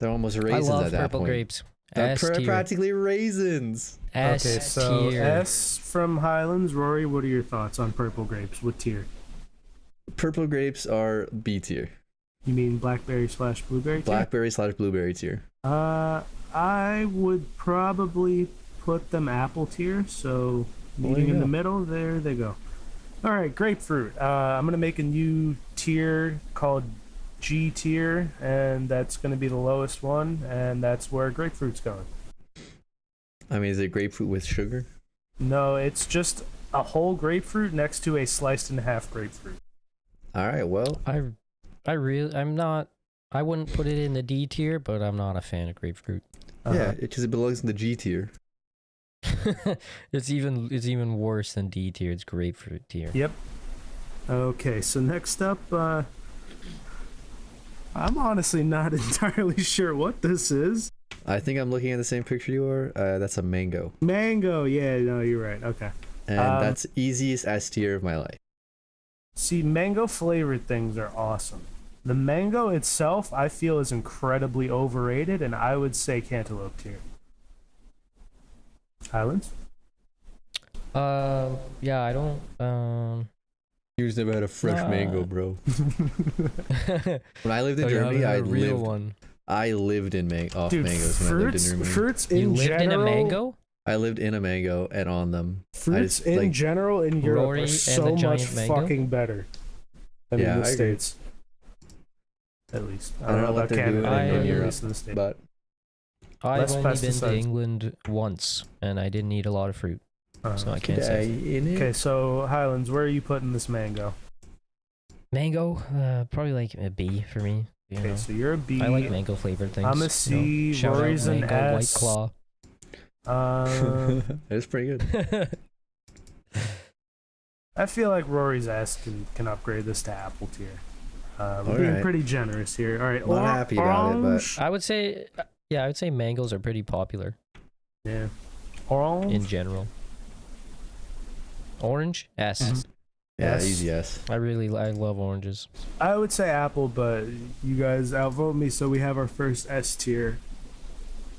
A: They're almost
C: I
A: raisins
C: love
A: at that
C: purple
A: point.
C: grapes.
A: They're
C: S
A: pr-
C: tier.
A: practically raisins.
C: S
B: okay, so
C: tier.
B: S from Highlands. Rory, what are your thoughts on purple grapes? What tier?
A: Purple grapes are B tier.
D: You mean blackberry slash blueberry? tier?
A: Blackberry slash blueberry tier.
D: Uh, I would probably put them apple tier. So
A: Well, there
D: meeting
A: you
D: in the
A: go.
D: middle, there they go.
B: All right, grapefruit. Uh, I'm gonna make a new tier called G tier, and that's gonna be the lowest one, and that's where grapefruit's going.
A: I mean, is it grapefruit with sugar?
B: No, it's just a whole grapefruit next to a sliced in half grapefruit.
A: All right, well,
C: I I really I'm not I wouldn't put it in the D tier, but I'm not a fan of grapefruit. [laughs]
A: yeah, because it belongs in the G tier.
C: it's even it's even worse than D tier. It's grapefruit tier.
B: Uh,
D: Okay, so next up, uh, I'm honestly
B: [laughs]
D: not entirely sure what this is.
A: I think I'm looking at the same picture you are. Uh, that's a mango,
D: Mango, yeah, no, you're right. Okay.
A: and
B: Um,
A: that's easiest S tier of my life.
B: See, mango flavored things are awesome. The mango itself, I feel, is incredibly overrated, and I would say cantaloupe tier. Highlands?
C: Um yeah, I don't
A: [laughs]
C: um
A: You just never had a fresh
C: Nah.
A: mango, bro. When I lived in
C: Oh, you haven't
A: Germany,
C: had
A: I
C: a real
A: lived,
C: one.
A: I lived in man- off
D: Dude,
A: mangoes when I lived in
D: fruits,
A: Germany.
D: fruits in
C: You lived
D: general,
C: in a mango?
A: I lived in a mango and on them.
D: Fruits
A: just,
D: in
A: like-
D: general in Europe
C: Rory
D: are
C: and the
D: so much
C: giant mango?
D: fucking better than
A: Yeah,
D: in the
A: I agree.
D: states.
B: At least.
A: I don't know what
B: about
A: they're
B: Canada,
C: doing in
B: but at
C: Europe,
B: least in the States.
A: But
C: I've
B: Less
C: only been
B: pesticides.
C: to England once and I didn't eat a lot of fruit,
B: Uh,
C: so I can't say.
A: in [laughs] it.
B: okay, so Highlands, where are you putting this mango?
C: Mango, uh, probably like a B for me. You
B: Okay,
C: know?
B: so you're a B.
C: I like mango flavored things.
B: I'm a
C: you
B: C,
C: know. Shout out
B: Rory's an
C: mango, White
B: S.
C: Claw. [laughs]
B: Uh,
A: it's pretty good.
B: I feel like Rory's ass can, can upgrade this to apple tier. Um,
A: All
B: being
A: right.
B: pretty generous here. All right,
A: I'm not happy about it, but-
B: orange.
C: I would say, uh, yeah, I would say mangoes are pretty popular
B: yeah, orange.
C: in general. Orange S. I
B: Mhm.
A: Yeah,
B: Yes.
A: easy yes.
C: really, I love oranges.
D: I would say apple, but you guys outvote me, so we have our first S tier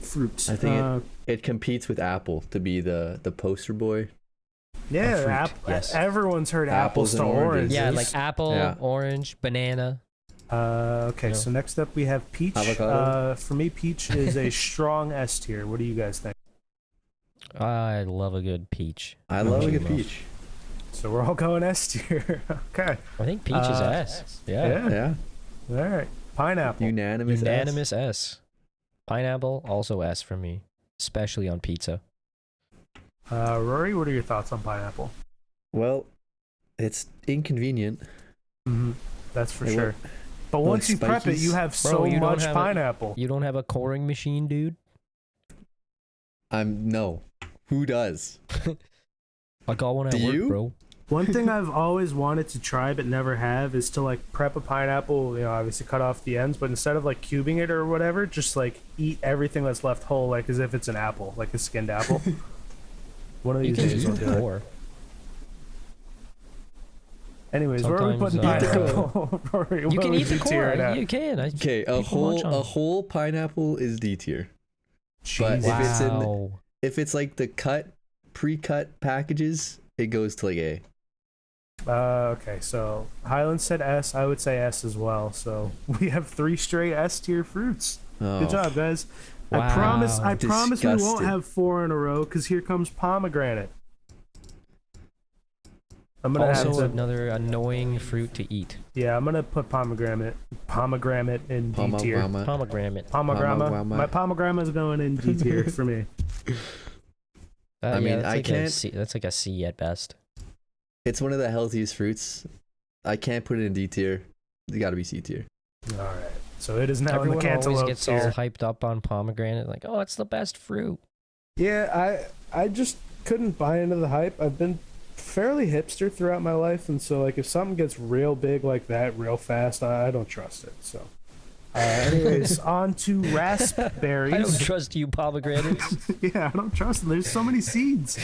D: fruit.
A: I think it-
D: Uh,
A: It competes with Apple to be the the poster boy.
D: yeah,
C: fruit,
D: app-
C: yes.
D: everyone's heard apples,
A: Apples
D: to
A: and
D: oranges.
A: oranges.
C: Yeah, like apple,
A: Yeah.
C: orange, banana.
B: Uh, okay,
C: Yeah.
B: so next up we have peach.
A: Avocado.
B: Uh, for me, peach is
C: [laughs]
B: a strong S tier. What do you guys think?
C: I love a good peach.
A: I love a good
C: Mango.
A: peach.
B: So we're all going S tier. [laughs] okay.
C: I think peach is
B: Uh,
C: S. Yeah.
B: Yeah.
A: Yeah,
B: All right. Pineapple.
A: unanimous. S.
C: Unanimous S. Pineapple also S for me, especially on pizza.
B: Uh, Rory, what are your thoughts on pineapple?
A: Well, it's inconvenient.
B: Mm-hmm. That's for
A: It
B: sure.
A: won't-
B: but
A: won't
B: once you prep it,
A: spikies.
B: you have so
C: Bro, you don't
B: much
C: have a-
B: pineapple.
C: You don't have a coring machine, dude.
A: I'm no. Who does?
C: [laughs] I got one at
A: Do
C: work,
A: you?
C: bro.
D: One thing I've always wanted to try but never have is to like prep a pineapple, you know, obviously cut off the ends, but instead of like cubing it or whatever, just like eat everything that's left whole, like as if it's an apple, like a skinned apple.
C: [laughs]
D: One of
C: You
D: these
C: can
D: days.
C: use
D: I'll
C: it
D: do it.
C: for.
D: Anyways, where are we
C: Sometimes,
D: putting
C: uh,
D: pineapple? [laughs] Rory,
C: You
D: what
C: can
D: would
C: eat the
D: tear it
C: core.
D: at?
C: You can. I,
A: Okay, a
C: People munch
A: whole
C: on
A: a
C: 'em.
A: whole pineapple is D tier. But
D: Jesus.
A: if it's in-
C: wow.
A: If it's like the cut, pre-cut packages, it goes to like A.
B: Uh, okay, so Highland said S. I would say S as well.
D: [laughs]
B: So we have three straight S tier fruits.
A: Oh,
B: Good job, guys.
D: I promise. I
C: Wow.
D: promise we won't
A: Disgusted.
D: have four in a row because here comes pomegranate.
B: I'm gonna
C: Also,
B: have to,
C: another annoying fruit to eat.
B: yeah, I'm gonna put pomegranate, pomegranate in D
A: Pama,
B: tier.
A: pama.
C: Pomegranate.
B: Pomegranate.
A: Pomegranate.
B: My pomegranate's going in D tier for
C: [laughs]
B: me.
C: Uh,
A: I
C: yeah,
A: mean,
C: that's
A: I
C: like a
A: can't-
C: C- that's like a C at best.
A: It's one of the healthiest fruits. I can't put it in D tier. It got to be C tier.
B: All right. So it is now in the
C: Everyone always
B: cantaloupe
C: gets all
B: tier.
C: hyped up on pomegranate, like, "Oh, it's the best fruit."
D: Yeah, I I just couldn't buy into the hype. I've been fairly hipster throughout my life, and so like if something gets real big like that real fast, I, I don't trust it. So
B: Uh, [laughs] anyways, on to raspberries.
C: I don't [laughs] trust you, pomegranates.
B: [laughs]
D: yeah, I don't trust them. There's so many seeds.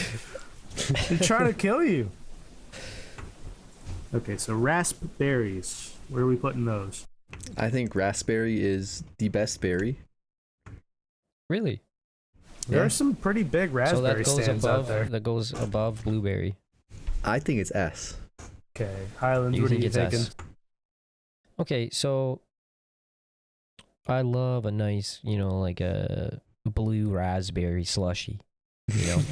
B: They're trying to kill you. Okay, so raspberries. Where are we putting those?
A: I think raspberry is the best berry.
C: really?
B: There
C: Yeah.
B: are some pretty big
C: So
B: raspberry
C: that goes
B: stands
C: above.
B: out there.
C: That goes above blueberry.
A: I think it's S.
B: Okay, Highlands,
C: You
B: what are
C: think
B: you
C: it's
B: thinking?
C: S? Okay, so I love a nice, you know, like a blue raspberry slushy. You know,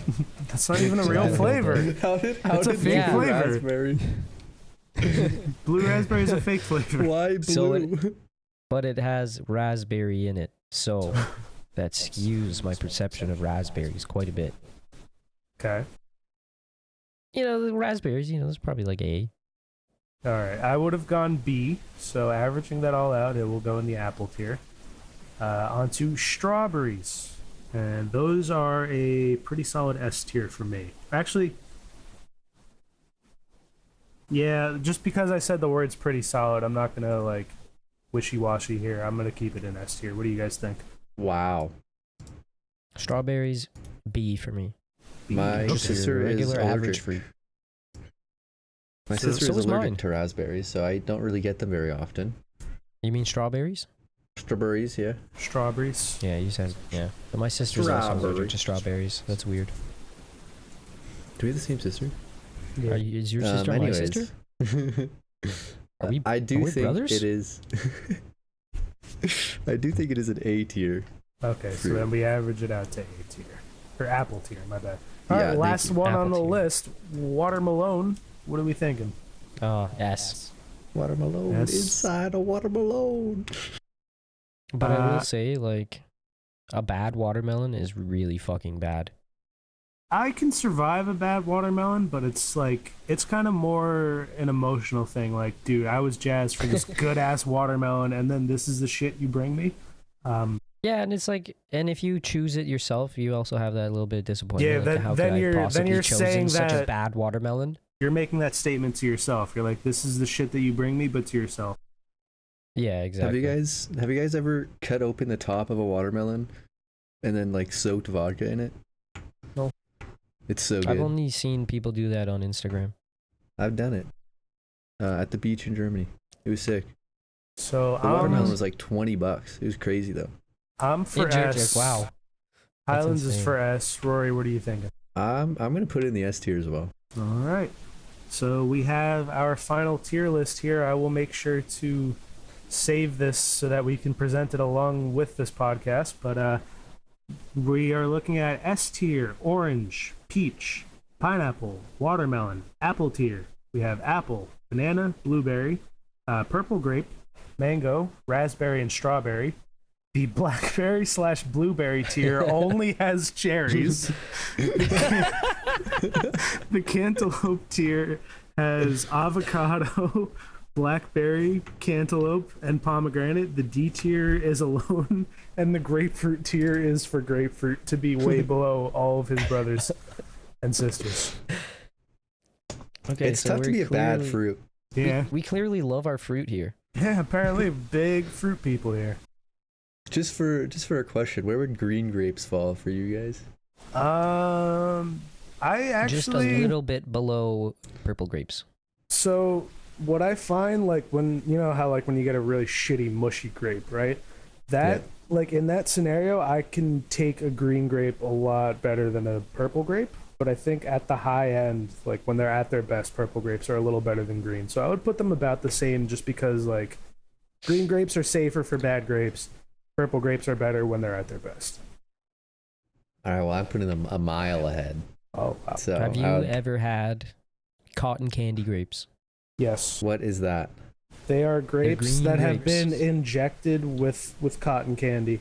B: That's not even a
C: [laughs]
B: real flavor.
A: [laughs] How did how
B: It's a
A: did
B: fake
A: blue
B: flavor. [laughs]
A: raspberry?
B: Blue raspberry is a fake flavor.
A: Why blue?
C: So but it has raspberry in it, so that skews my perception of raspberries quite a bit.
B: Okay.
C: You know, the raspberries. You know, it's probably like a
B: All right, I would have gone B. So averaging that all out, it will go in the apple tier. Uh, on to strawberries, and those are a pretty solid S tier for me. Actually, yeah, just because I said the word's pretty solid, I'm not gonna like wishy washy here. I'm gonna keep it in S tier. What do you guys think?
A: Wow.
C: strawberries B for me.
B: B.
A: My
C: Just your
A: sister is
C: regular average
A: allergic.
C: fruit.
A: My
C: So-
A: sister
C: so
A: is
C: is
A: allergic
C: mine.
A: to raspberries, so I don't really get them very often.
C: You mean strawberries?
A: Strawberries, yeah.
B: strawberries.
C: Yeah, you said yeah. But my sister's also allergic to strawberries. That's weird.
A: Do we have the same sister?
B: Yeah.
C: Are you, is your sister
A: Um,
C: my sister?
A: [laughs] anyways. uh,
C: Are we-
A: I do
C: are we
A: think
C: brothers?
A: it is. [laughs] I do think it is an A tier.
B: Okay, so
A: Fruit.
B: then we average it out to A tier or apple tier. My bad. All
A: Yeah,
B: right,
A: thank
B: last
A: you.
B: one
C: Apple
B: on the
C: tier.
B: list, watermelon. What are we thinking?
C: Oh, S.
A: Watermelon
B: Yes.
A: inside a watermelon.
C: But I
B: Uh,
C: will say, like, a bad watermelon is really fucking bad.
B: I can survive a bad watermelon, but it's like it's kind of more an emotional thing. Like, dude, I was jazzed for [laughs] this good ass watermelon, and then this is the shit you bring me. Um,
C: Yeah, and it's like, and if you choose it yourself, you also have that little bit of disappointment.
B: Yeah,
C: like,
B: then-
C: how
B: then
C: could I
B: you're- then
C: possibly
B: you're
C: chosen
B: saying
C: such a
B: that-
C: bad watermelon?
B: you're making that statement to yourself. You're like, this is the shit that you bring me, but to yourself.
C: Yeah,
A: Have
C: exactly.
A: you guys have you guys ever cut open the top of a watermelon and then like soaked vodka in it?
C: No.
A: It's so good.
C: I've
A: I've,
C: only seen people do that on Instagram.
A: done it uh, at the beach in Germany. It was sick.
B: So
C: Um,
A: The watermelon
B: I'm,
A: was like twenty bucks. It was crazy though.
B: I'm for
C: Yeah, Jack,
B: S.
C: Jack, wow. That's
B: Highlands is
C: insane.
B: for S. Rory, what are you thinking?
A: I'm I'm gonna put it in the S tier as well.
B: All right. So we have our final tier list here. I will make sure to save this so that we can present it along with this podcast. But uh, we are looking at S tier, orange, peach, pineapple, watermelon, apple tier. We have apple, banana, blueberry, uh, purple grape, mango, raspberry, and strawberry. The [laughs] blackberry slash blueberry tier only has cherries. The cantaloupe tier has avocado, blackberry, cantaloupe, and pomegranate. The D tier is alone, and the grapefruit tier is for grapefruit to be way below all of his brothers and sisters.
C: Okay,
A: it's
C: so
A: tough to
C: we're
A: be a bad
C: clearly-
A: fruit.
B: Yeah.
C: We clearly love our fruit here.
B: Yeah, apparently big fruit people here.
A: Just for just for a question, where would green grapes fall for you guys?
B: Um I actually
C: Just a little bit below purple grapes.
B: So what I find like when you know how like when you get a really shitty mushy grape, right? That
A: Yeah.
B: like in that scenario, I can take a green grape a lot better than a purple grape. But I think at the high end, like when they're at their best, purple grapes are a little better than green. So I would put them about the same, just because like green grapes are safer for bad grapes. Purple grapes are better when they're at their best.
A: All right, well I'm putting them a mile ahead.
B: Oh wow!
A: So um,
C: Have you
A: I would-
C: ever had cotton candy grapes?
B: Yes,
A: what is that?
B: they are grapes
C: green
B: that have
C: grapes.
B: been injected with with cotton candy.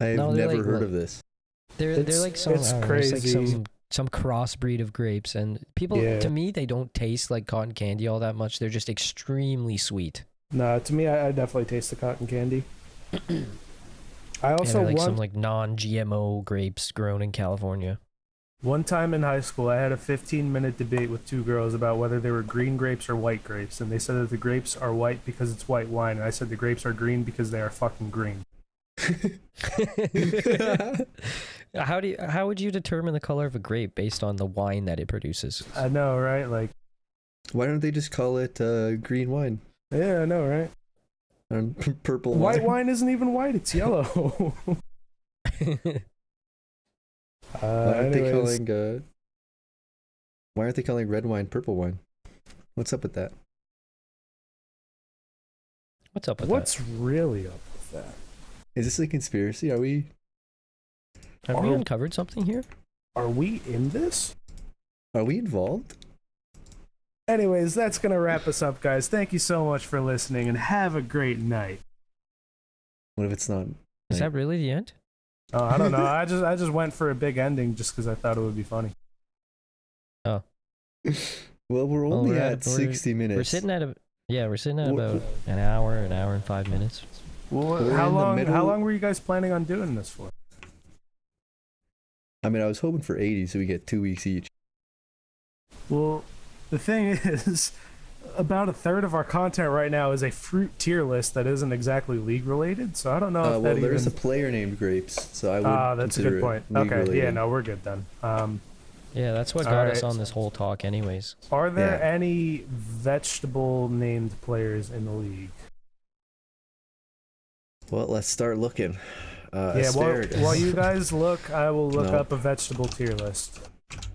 A: I have
C: No, they're
A: never
C: like
A: heard
C: what-
A: of this. [laughs]
C: They're
B: It's-
C: they're like some
B: it's
C: I don't know, it's like
B: crazy.
C: some some crossbreed of grapes and people
B: Yeah.
C: to me they don't taste like cotton candy all that much. They're just extremely sweet.
B: No, to me, I, I definitely taste the cotton candy. I
C: And
B: also
C: they're like
B: one
C: some like non-GMO grapes grown in California. [laughs]
B: one time in high school, I had a 15 minute debate with two girls about whether they were green grapes or white grapes, and they said that the grapes are white because it's white wine, and I said the grapes are green because they are fucking green.
C: how do you, how would you determine the color of a grape based on the wine that it produces? [laughs]
B: I know, right? Like,
A: Why don't they just call it uh, green wine
B: yeah, I know, right?
A: or [laughs] purple
B: White
A: wine?
B: wine isn't even white; it's yellow. [laughs] uh,
A: Why aren't
B: anyways,
A: they calling? Uh, why aren't they calling red wine purple wine? What's up with that?
C: What's up with
D: What's really up with that?
A: Is this a conspiracy? Are we
C: that? Have we
D: are-
C: uncovered something here?
D: Are we in this?
A: are we involved?
D: Anyways,
B: That's going to wrap us up, guys. Thank you so much for listening and have a great night.
A: What if it's not?
C: Is
A: Like-
C: that really the end?
B: Oh, I don't know. I just I just went for a big ending just because I thought it would be funny.
A: Well, we're
C: Well,
A: only
C: Oh, we're at-
A: at,
C: uh, we're-
A: 60 minutes.
C: We're sitting at a yeah, we're sitting at
A: Wh-
C: about an hour, an hour and five minutes.
B: Well,
A: We're
B: how
A: in the
B: long how
A: middle-
B: long were you guys planning on doing this for?
A: I mean, I was hoping for 80, so we get two weeks each.
B: Well, the thing is, [laughs] about a third of our content right now is a fruit tier list that isn't exactly league related. So I don't know if
A: Uh, well,
B: Oh, that
A: there is
B: even.
A: a player named Grapes, so I would.
B: Ah, that's a
A: consider
B: good point.
A: it
B: Okay,
A: league-related.
B: yeah, no, we're good then. Um,
C: Yeah, that's what
B: All
C: got us
B: right.
C: on this whole talk, anyways.
B: are there
A: Yeah.
B: any vegetable named players in the league?
A: Well, let's start looking. Uh,
B: yeah, while,
A: asparagus.
B: while you guys look, I will look
A: No.
B: up a vegetable tier list.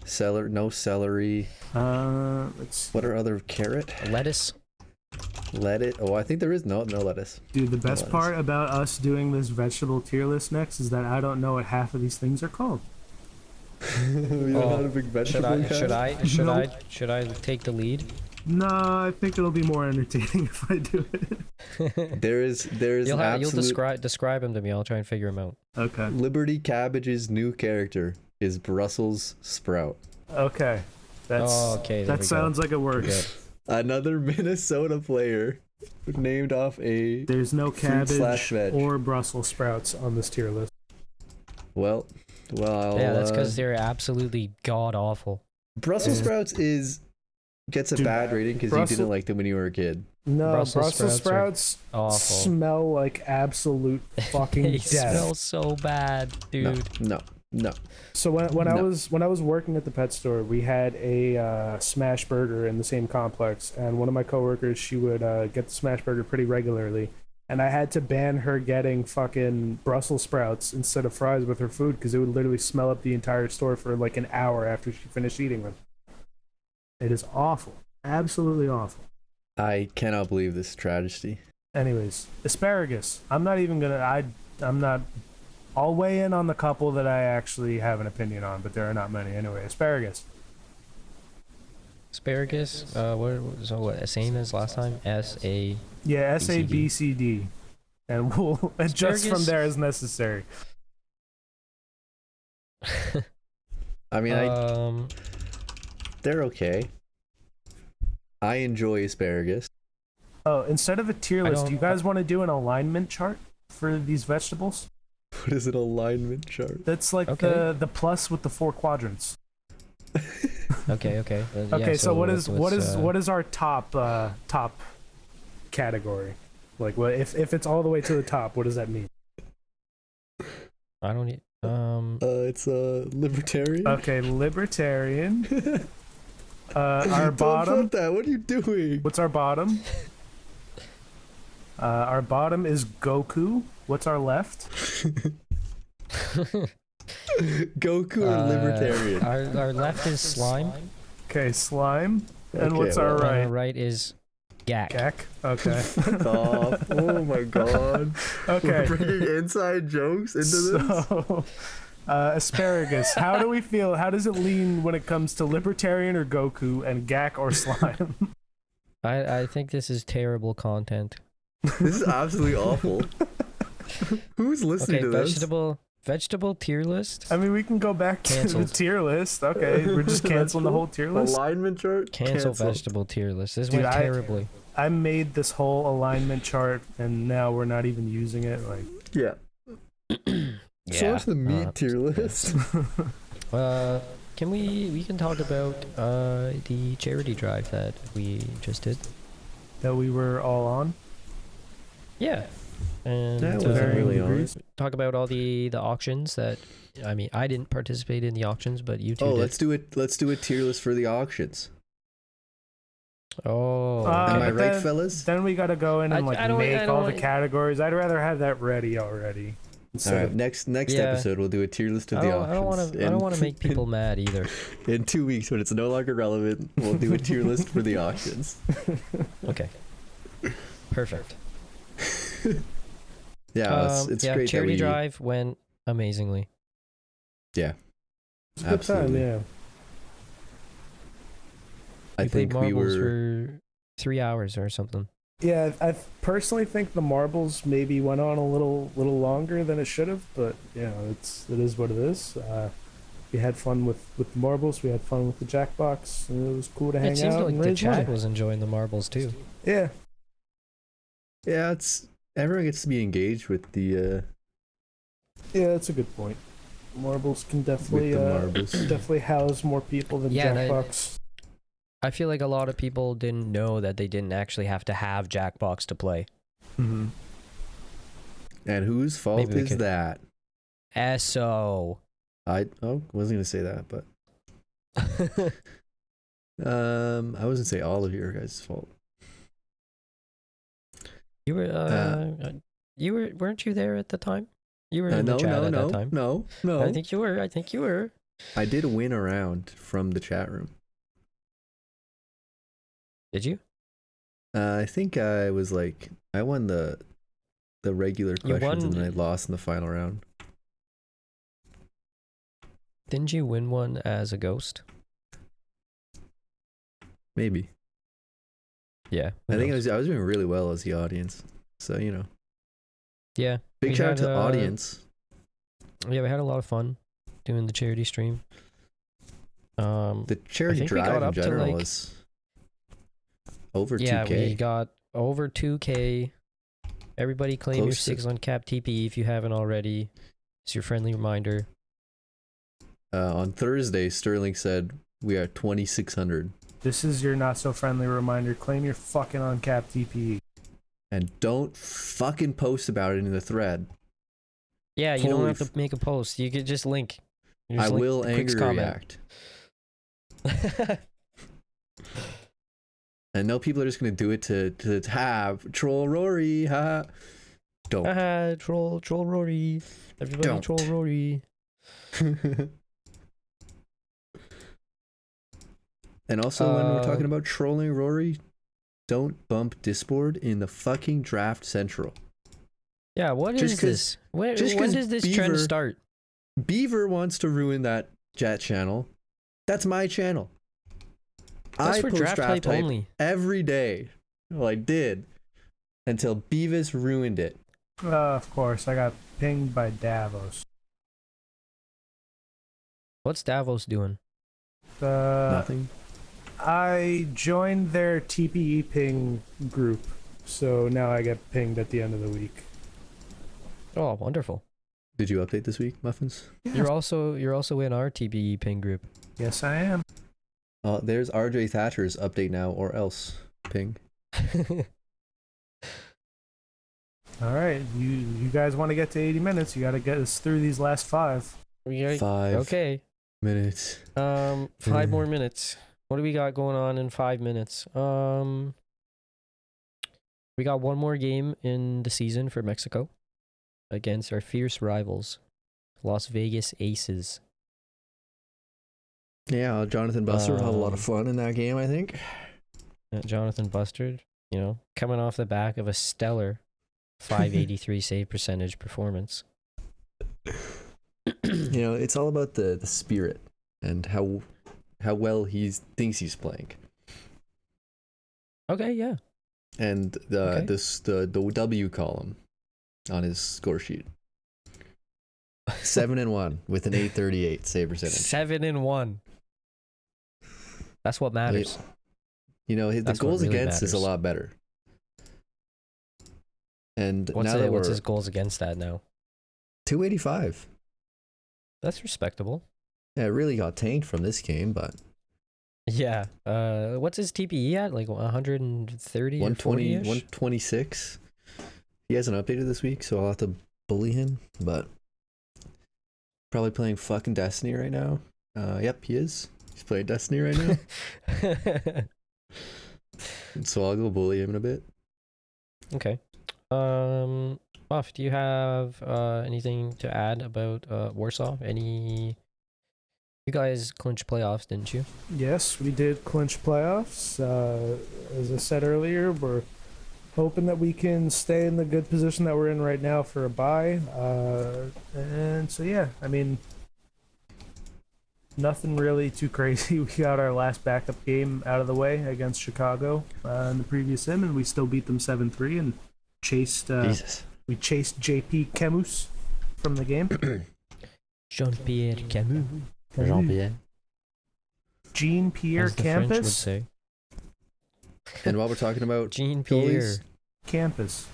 A: Celer- no celery.
B: Uh, let's
A: What are other carrot?
C: Lettuce.
A: Lettuce. Oh, I think there is no no
B: [laughs]
A: lettuce.
B: Dude, the
A: Otherwise-
B: best part about us doing this vegetable tier list next is that I don't know what half of these things are called.
A: we don't
C: Oh,
A: have a big
C: Should
A: vegetable
C: I
A: cast.
C: should
B: [laughs]
C: I should
B: No.
C: I should I take the lead?
B: No, I think it'll be more entertaining [laughs] if I do it.
A: There is there is
C: You'll,
A: an
C: have, you'll
A: absolute
C: describe describe him to me. I'll try and figure him out.
B: Okay.
A: Liberty Cabbage's new character is Brussels sprout.
B: Okay. That's
C: Oh, okay. There
B: that
C: we
B: sounds like it
C: Go.
B: works.
C: Good.
A: Another [laughs] Minnesota player named off a
B: There's no
A: Fruit slash veg.
B: cabbage or Brussels sprouts on this tier list.
A: well
B: Oh,
A: well
C: Yeah, that's because
A: uh,
C: they're absolutely god awful.
A: Brussels sprouts is gets a
B: Dude,
A: bad rating because you
B: Brussels-
A: didn't like them when you were a kid.
D: no,
C: Brussels
D: Brussels,
C: sprouts
D: sprouts,
C: Awful.
D: smell like absolute fucking
C: [laughs] They
D: death.
C: smell so bad, dude.
A: No, no, no.
D: So when, when I
A: No.
D: was when I was working at the pet store, we had a uh, smash burger in the same complex, and one of my coworkers she would uh, get the smash burger pretty regularly, and I had to ban her getting fucking Brussels sprouts instead of fries with her food because it would literally smell up the entire store for like an hour after she finished eating them.
B: It is awful. Absolutely awful.
A: I cannot believe this tragedy.
B: Anyways, asparagus. I'm not even gonna I I'm not I'll weigh in on the couple that I actually have an opinion on, but there are not many anyway. Asparagus.
C: Asparagus. Uh, what? So what? Same as last time. S
B: [laughs]
C: A.
B: Yeah, S A
C: BCD.
B: B C D. And [laughs] we'll adjust from
C: Asparagus?
B: there as necessary.
A: I mean, I,
C: Um.
A: they're okay. I enjoy asparagus. [laughs]
B: Oh, instead of a tier
C: I
B: list,
C: don't-
B: do you guys want to do an alignment chart for these vegetables?
A: What is an alignment chart? [laughs]
B: That's like
C: Okay.
B: the the plus with the four quadrants.
C: Okay. Okay. Uh, yeah,
B: Okay, so, what is
C: what's-
B: what is
C: uh,
B: what is our top uh top category? Like what if if it's all the way to the top, what does that mean?
C: I don't. e- Um. [laughs]
A: Uh, it's a uh, libertarian. [laughs]
B: Okay, libertarian.
A: [laughs]
B: Uh our
A: Don't
B: bottom
A: put that. What are you doing?
B: What's our bottom? Uh, our bottom is Goku. What's our left?
A: [laughs] Goku or
C: Uh,
A: libertarian?
C: Our our left is slime.
B: Okay, slime. And
A: Okay,
B: what's our
A: well, uh,
C: And our
B: right?
C: right is gack.
B: Gak. Okay.
A: fuck off. Oh my god. [laughs] We're
B: Okay.
A: bringing inside jokes into this.
B: So, uh, asparagus. How do we feel? How does it lean when it comes to libertarian or Goku and Gak or slime? [laughs]
C: I I think this is terrible content.
A: This is absolutely
C: [laughs]
A: awful. Who's listening
C: Okay.
A: to this?
C: Vegetable vegetable tier list.
B: I mean, we can go back to
C: Canceled.
B: the tier list. Okay,
A: [laughs]
B: we're just canceling the whole tier list.
A: Alignment chart?
C: Cancel
A: Cancel.
C: vegetable tier list. This
B: Dude,
C: went
B: I-
C: terribly.
B: I made this whole alignment chart, and now we're not even using it. Like,
A: Yeah. [clears throat] So what's the meat tier list?
C: Uh, can we we can talk about uh the charity drive that we just did?
B: that we were all on.
C: Yeah. And
A: That
C: uh,
A: wasn't really on
B: degrees.
A: it.
C: talk about all the the auctions that I mean I didn't participate in the auctions, but you two
A: Oh,
C: did.
A: let's do it. Let's do a tier list for the auctions.
B: Uh,
C: Oh,
A: Am
C: okay.
A: I
B: but
A: right,
B: then-
A: fellas?
B: Then we gotta go in
C: I-
B: and like
C: I don't- I
B: make
C: don't
B: all
C: want-
B: the categories. I'd rather have that ready already.
A: All
B: Instead
A: right.
B: of,
A: Next next
C: Yeah.
A: episode, we'll do a tier list of
C: I
A: the
C: don't,
A: auctions.
C: I don't want to. I
A: And-
C: don't want to
A: [laughs]
C: make people mad either.
A: in two weeks when it's no longer relevant
C: [laughs]
D: [laughs]
A: we'll do a tier list for the auctions
C: Okay. Perfect.
A: [laughs] yeah, it's,
C: Um,
A: it's
C: yeah,
A: great. that
C: charity
A: we,
C: drive went amazingly.
D: It's a good time,
A: Absolutely.
D: yeah.
A: I
C: we
A: think
C: played
A: we
C: marbles
A: were.
C: for three hours or something.
D: Yeah, I I personally think the marbles maybe went on a little little longer than it should have, but you know, it's it is what it is. Uh, we had fun with with the marbles. We had fun with the jackbox. And it was cool to hang
C: It seems
D: out
C: like
D: and
C: the
D: raise money.
C: chat was enjoying the marbles too.
D: Yeah,
A: Yeah, it's everyone gets to be engaged with the uh,
D: yeah, that's a good point. Marbles can
A: with
D: definitely
A: the
D: uh,
B: [laughs]
A: marbles.
D: definitely house more people than
C: Yeah, and I-
D: jackbox.
C: I feel like a lot of people didn't know that they didn't actually have to have Jackbox to play.
B: Mm-hmm.
A: and whose fault
C: Maybe we
A: is
C: could-
A: that?
C: So,
A: I oh wasn't gonna say that, but um, I was gonna say all of your guys' fault.
C: [laughs] you were uh,
A: Uh,
C: you were weren't you there at the time? You were
A: Uh,
C: in
A: no,
C: the chat
A: no,
C: at
A: no,
C: that time.
A: no, no,
C: I think you were. I think you were.
A: I did win a round from the chat room.
C: Did you?
A: Uh, I think I was like I won the the regular
C: You
A: questions and
C: won-
A: then I lost in the final round.
C: Didn't you win one as a ghost?
A: Maybe
C: Yeah.
A: I
C: who
A: think I
C: knows?
A: was I was doing really well as the audience. So you know,
C: Yeah.
A: big
C: We
A: shout out
C: had,
A: to the
C: uh,
A: audience.
C: Yeah, we had a lot of fun doing the charity stream. Um,
A: The charity
C: think we got
A: drive in
C: up to,
A: general
C: like-
A: was over
C: yeah,
A: 2k.
C: we got over 2K. Everybody claim your
A: Close to-
C: six on cap TP if you haven't already. It's your friendly reminder.
A: Uh, on Thursday, Sterling said we are 2,600.
B: This is your not so friendly reminder. Claim your fucking uncapped E. TPE.
A: And don't fucking post about it in the thread.
C: Yeah, you don't
A: Holy
C: have to
A: f-
C: make a post. You could just link. You
A: I
C: just link
A: will
C: the Quick's
A: anger
C: comment.
A: react. I know people are just gonna do it to to, to have troll Rory. Ha. Don't.
C: [laughs] Haha, troll, troll Rory. Everybody
A: Don't.
C: troll Rory. Uh-huh.
A: [laughs] and also, when we're
C: Uh,
A: talking about trolling Rory, don't bump Discord in the fucking draft central.
C: Yeah, what is
A: Just 'cause-
C: this? When,
A: just
C: when
A: 'cause
C: does this trend
A: Beaver-
C: start?
A: Beaver wants to ruin that chat channel. That's my channel.
C: That's
A: I
C: for
A: post
C: draft,
A: draft
C: type,
A: type
C: only.
A: every day. Well, I did until Beavis ruined it.
B: Uh, of course, I got pinged by Davos.
C: What's Davos doing?
B: Uh,
A: Nothing.
B: I joined their TPE ping.
D: group. So now I get pinged at the end of the week.
C: Oh, wonderful.
A: Did you update this week, Muffins? [laughs]
C: You're also you're also in our TBE ping group. [laughs]
B: Yes, I am.
A: Uh, there's RJ Thatcher's update now, or else. Ping.
B: All right, you you guys want to get to 80 minutes? You got to get us through these last five.
C: We are-
A: Five
C: okay.
A: minutes.
C: Um, five more minutes. What do we got going on in five minutes? Um, we got one more game in the season for Mexico against our fierce rivals, Las Vegas Aces.
A: Yeah, Jonathan Buster will have a lot of
C: Um,
A: fun in that game, I [clears throat] think.
C: Uh, Jonathan Bustard, you know, coming off the back of a stellar
A: [laughs]
C: 583 save percentage performance.
A: You know, it's all about the, the spirit and how how well he thinks he's playing.
C: Okay, yeah.
A: And the
C: Okay.
A: this the the W column on his score
C: [laughs]
A: sheet. Seven and one with an eight thirty eight save percentage.
C: Seven and one. That's what matters.
A: You know, his, the
C: That's what
A: goals
C: really
A: against is a
C: matters.
A: lot better. And
C: What's,
A: now
C: it-
A: that
C: what's
A: we're
C: his goals against that now?
A: two eighty five.
C: That's respectable.
A: Yeah, it really got tanked from this game, but
C: Yeah. Uh, what's his TPE at? Like 130 or
A: 120,
C: 40 ish?
A: 126. He hasn't updated this week, so I'll have to bully him, but probably playing fucking Destiny right now. Uh, yep, he is. He's playing Destiny right
C: [laughs]
A: now. so I'll go bully him in a bit.
C: okay. [laughs] Um, Muff, do you have uh, anything to add about uh, Warsaw? Any. You guys clinched playoffs, didn't you?
D: Yes, we did clinch playoffs. Uh, as I said earlier, we're
B: hoping that we can stay in the good position that we're in right now for a buy. Uh, and so yeah, I mean, nothing really too crazy. [laughs] We got our last backup game out of the way against Chicago uh, in the previous sim, and we still beat them seven three and chased. Uh,
C: Jesus.
B: we chased JP Camus from the game.
C: Jean Pierre Camus.
B: Camus.
A: Pierre.
B: Jean Pierre
C: as the French would
B: Campus.
C: say.
A: And while we're talking about
C: Jean Pierre.
A: goalies,
B: Campus.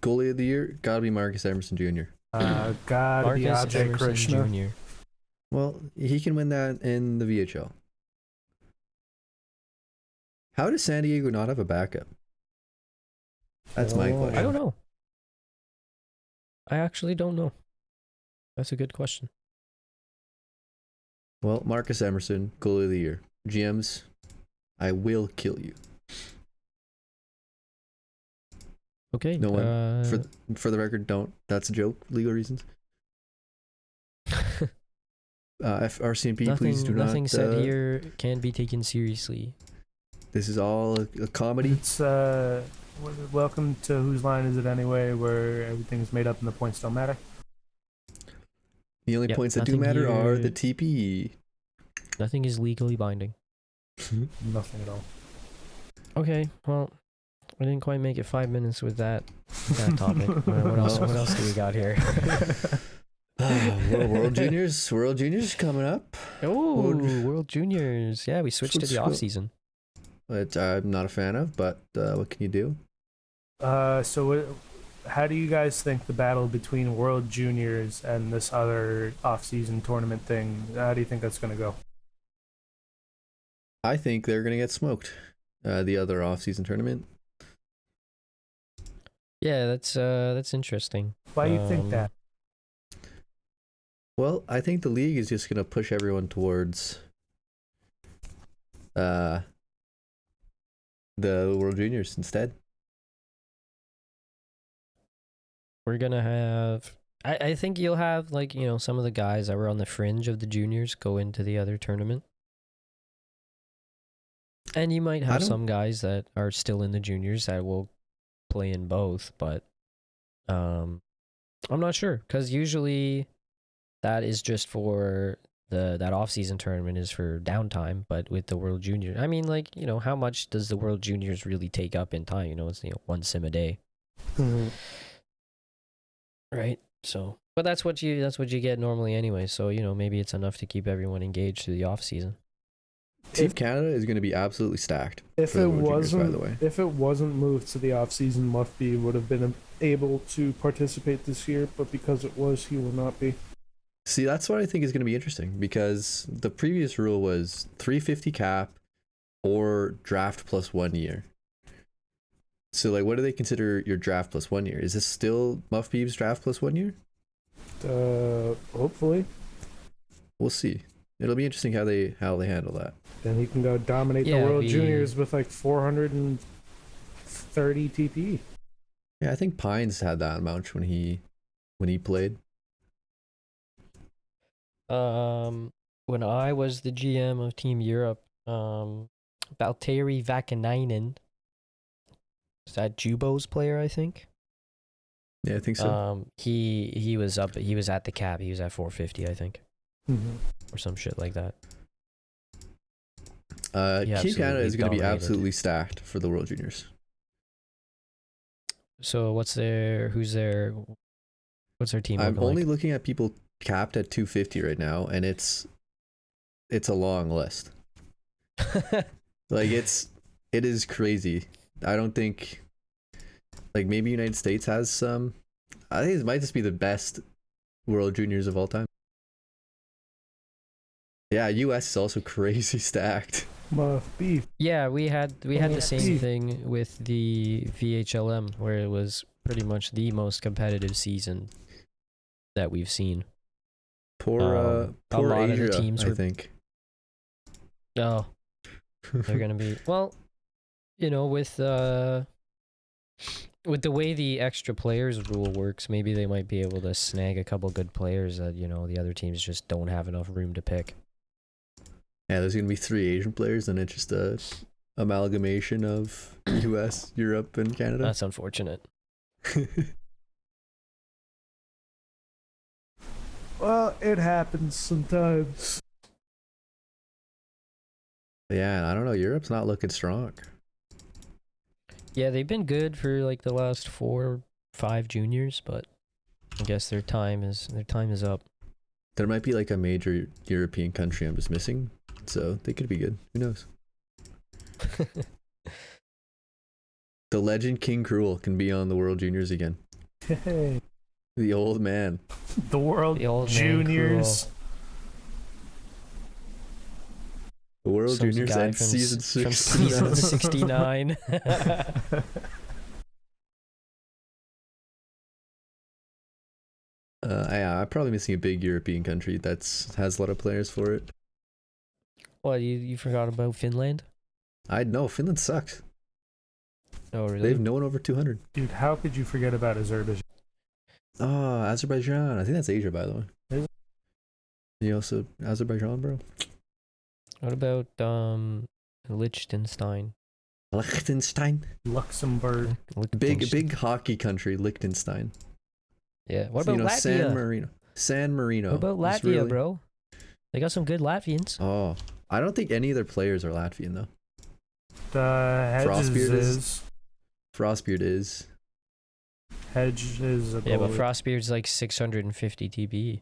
A: goalie of the year, gotta be Marcus Emerson Jr.
B: Uh,
C: Hmm.
B: God, the
C: Marcus
B: object
C: Emerson
B: Krishna.
C: Jr.
A: Well, he can win that in the VHL. How does San Diego not have a backup? That's my
B: Oh.
A: question.
C: I don't know. I actually don't know. That's a good question.
A: Well, Marcus Emerson, goalie of the year. GMs, I will kill you.
C: Okay.
A: No one
C: uh,
A: For for the record, don't. That's a joke. Legal reasons.
C: [laughs]
A: Uh, F- RCMP,
C: nothing,
A: please do not.
C: nothing said
A: uh,
C: here can be taken seriously.
A: This is all a, a comedy.
B: It's uh, w- welcome to whose line is it anyway? Where everything's made up and the points don't matter.
A: The only
C: Yep,
A: points that do
C: nothing
A: matter are
C: here-
A: the E.
C: [laughs]
A: TPE.
C: Nothing is legally binding.
B: Nothing at all.
C: Okay, well, I didn't quite make it five minutes with that
B: [laughs]
A: [laughs]
C: that topic. what, what else? What else do we got here?
A: Ah, World, World Juniors, World Juniors coming up.
C: Oh,
A: World-
C: World, Juniors. Yeah, we switched to
A: Switch-
C: the off season.
A: Which I'm not a fan of, but uh, what can you do?
B: Uh, so what? How do you guys think the battle between World Juniors and this other off-season tournament thing? How do you think that's gonna go?
A: I think they're gonna get smoked. Uh, the other off-season tournament.
C: Yeah, that's uh, that's interesting.
B: Why do you think
C: Um,
B: that?
A: Well, I think the league is just gonna push everyone towards uh the World Juniors instead.
C: We're gonna have. I, I think you'll have like you know some of the guys that were on the fringe of the juniors go into the other tournament, and you might
A: I
C: have
A: don't-
C: some guys that are still in the juniors that will play in both. But um, I'm not sure because usually that is just for the that off season tournament is for downtime. But with the World Junior, I mean, like you know, how much does the World Juniors really take up in time? You know, it's you know one sim a day
B: Hmm.
C: right so but that's what you that's what you get normally anyway so you know maybe it's enough to keep everyone engaged through the off season
A: Team Canada is gonna be absolutely stacked.
B: If
A: for the
B: it
A: World Juniors,
B: wasn't,
A: by the way.
B: if it wasn't moved to the off-season, Lufty would have been able to participate this year, but because it was, he will not be.
A: See, that's what I think is going to be interesting because the previous rule was 350 cap or draft plus one year. So, like, what do they consider your draft plus one year? Is this still Muff Beeb's draft plus one year?
B: Uh, hopefully,
A: We'll see. It'll be interesting how they how they handle that.
B: then he can go dominate
C: Yeah,
B: the World
C: we-
B: Juniors with like 430 TP.
A: Yeah, I think Pines had that amount when he when he played.
C: um when i was the gm of team europe um valteri vakanainen is that jubo's player i think
A: Yeah, I think so.
C: um he he was up he was at the cap he was at 450 i think
D: Mm-hmm.
C: or some shit like that
A: Uh,
C: yeah,
A: Team Canada
C: absolutely
A: is going to be
C: dominated.
A: absolutely stacked for the World Juniors.
C: so what's their who's their what's their team
A: I'm
C: looking like?
A: only looking at people capped at 250 right now, and it's it's a long list.
C: [laughs]
A: Like it's it is crazy. I don't think like maybe United States has some. I think it might just be the best World Juniors of all time. Yeah, U.S. is also [laughs] crazy stacked.
B: Muff beef.
C: Yeah, we had we had
B: Yeah.
C: the same thing with the VHLM where it was pretty much the most competitive season that we've seen.
A: Poor uh,
C: Um, a
A: poor
C: lot of the
A: Asia.
C: teams
A: I
C: were-
A: think
C: No, they're
A: [laughs]
C: gonna be well, you know, with uh with the way the extra players rule works, maybe they might be able to snag a couple good players that, you know, the other teams just don't have enough room to pick.
A: yeah, there's gonna be three Asian players, and it's just a amalgamation
C: [clears throat]
A: of U.S., Europe, and Canada.
C: That's unfortunate.
D: Well, it happens sometimes.
A: [laughs] yeah, I don't know. Europe's not looking strong.
C: Yeah, they've been good for like the last four, five juniors, but I guess their time is their time is up. [laughs]
A: There might be like a major European country I'm just missing, so they could be good. Who knows? The legend King Cruel can be on the World Juniors again.
D: Hey,
A: The old man.
D: the world
C: the old man
D: juniors.
A: The World
C: Some
A: Juniors
C: guy
A: and
C: from
A: season
C: s-
A: [laughs]
C: from
A: six. [laughs]
C: season 69.
B: [laughs]
A: Uh, yeah, I'm probably missing a big European country that's has a lot of players for it.
C: [laughs] what, you, you forgot about Finland?
A: I know Finland sucks.
C: Oh,
A: They
C: really?
A: have no one over 200.
D: Dude, how could you forget about Azerbaijan?
A: Oh, Azerbaijan. I think that's Asia, by the way.
D: Is it?
A: You also Azerbaijan, bro.
C: What about um Liechtenstein?
A: Liechtenstein,
D: Luxembourg.
A: big
C: Liechtenstein.
A: big hockey country, Liechtenstein.
C: Yeah. What
A: So,
C: about
A: you know,
C: Latvia?
A: San Marino. San Marino.
C: what about
A: is
C: Latvia,
A: really-
C: bro? They got some good Latvians.
A: Oh, I don't think any of their players are Latvian though.
D: The hedges
A: Frostbeard is-
D: is
A: Frostbeard is.
D: hedges is a
C: Yeah, but
D: goalie.
C: Frostbeard's like 650 TB.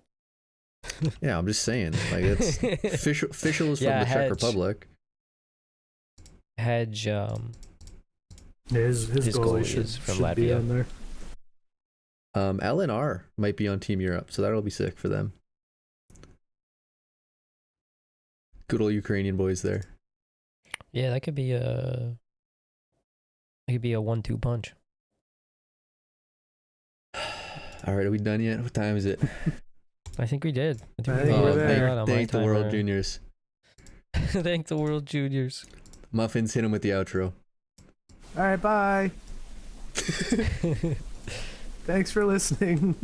A: Yeah, I'm just saying. Like
C: [laughs]
A: it's official. Official is from
C: Yeah,
A: the Czech
C: Hedge.
A: Republic.
C: Hedge, um,
D: his, his,
C: his
D: goalie,
C: goalie
D: should,
C: is from
D: should be
C: Latvia.
D: on
C: [laughs]
D: there.
A: Um, LNR might be on Team Europe, so that'll be sick for them. Good old Ukrainian boys there.
C: yeah, that could be a, it could be a one-two punch.
A: All right, are we done yet? What time is it?
C: I think we did.
D: I
C: we
D: think
C: did
D: we're
C: a good
D: there.
C: job on my
A: thank the World
C: timer.
A: Juniors.
C: [laughs] thank the world juniors.
A: Muffins hit him with the outro.
D: All right, bye. Thanks for listening.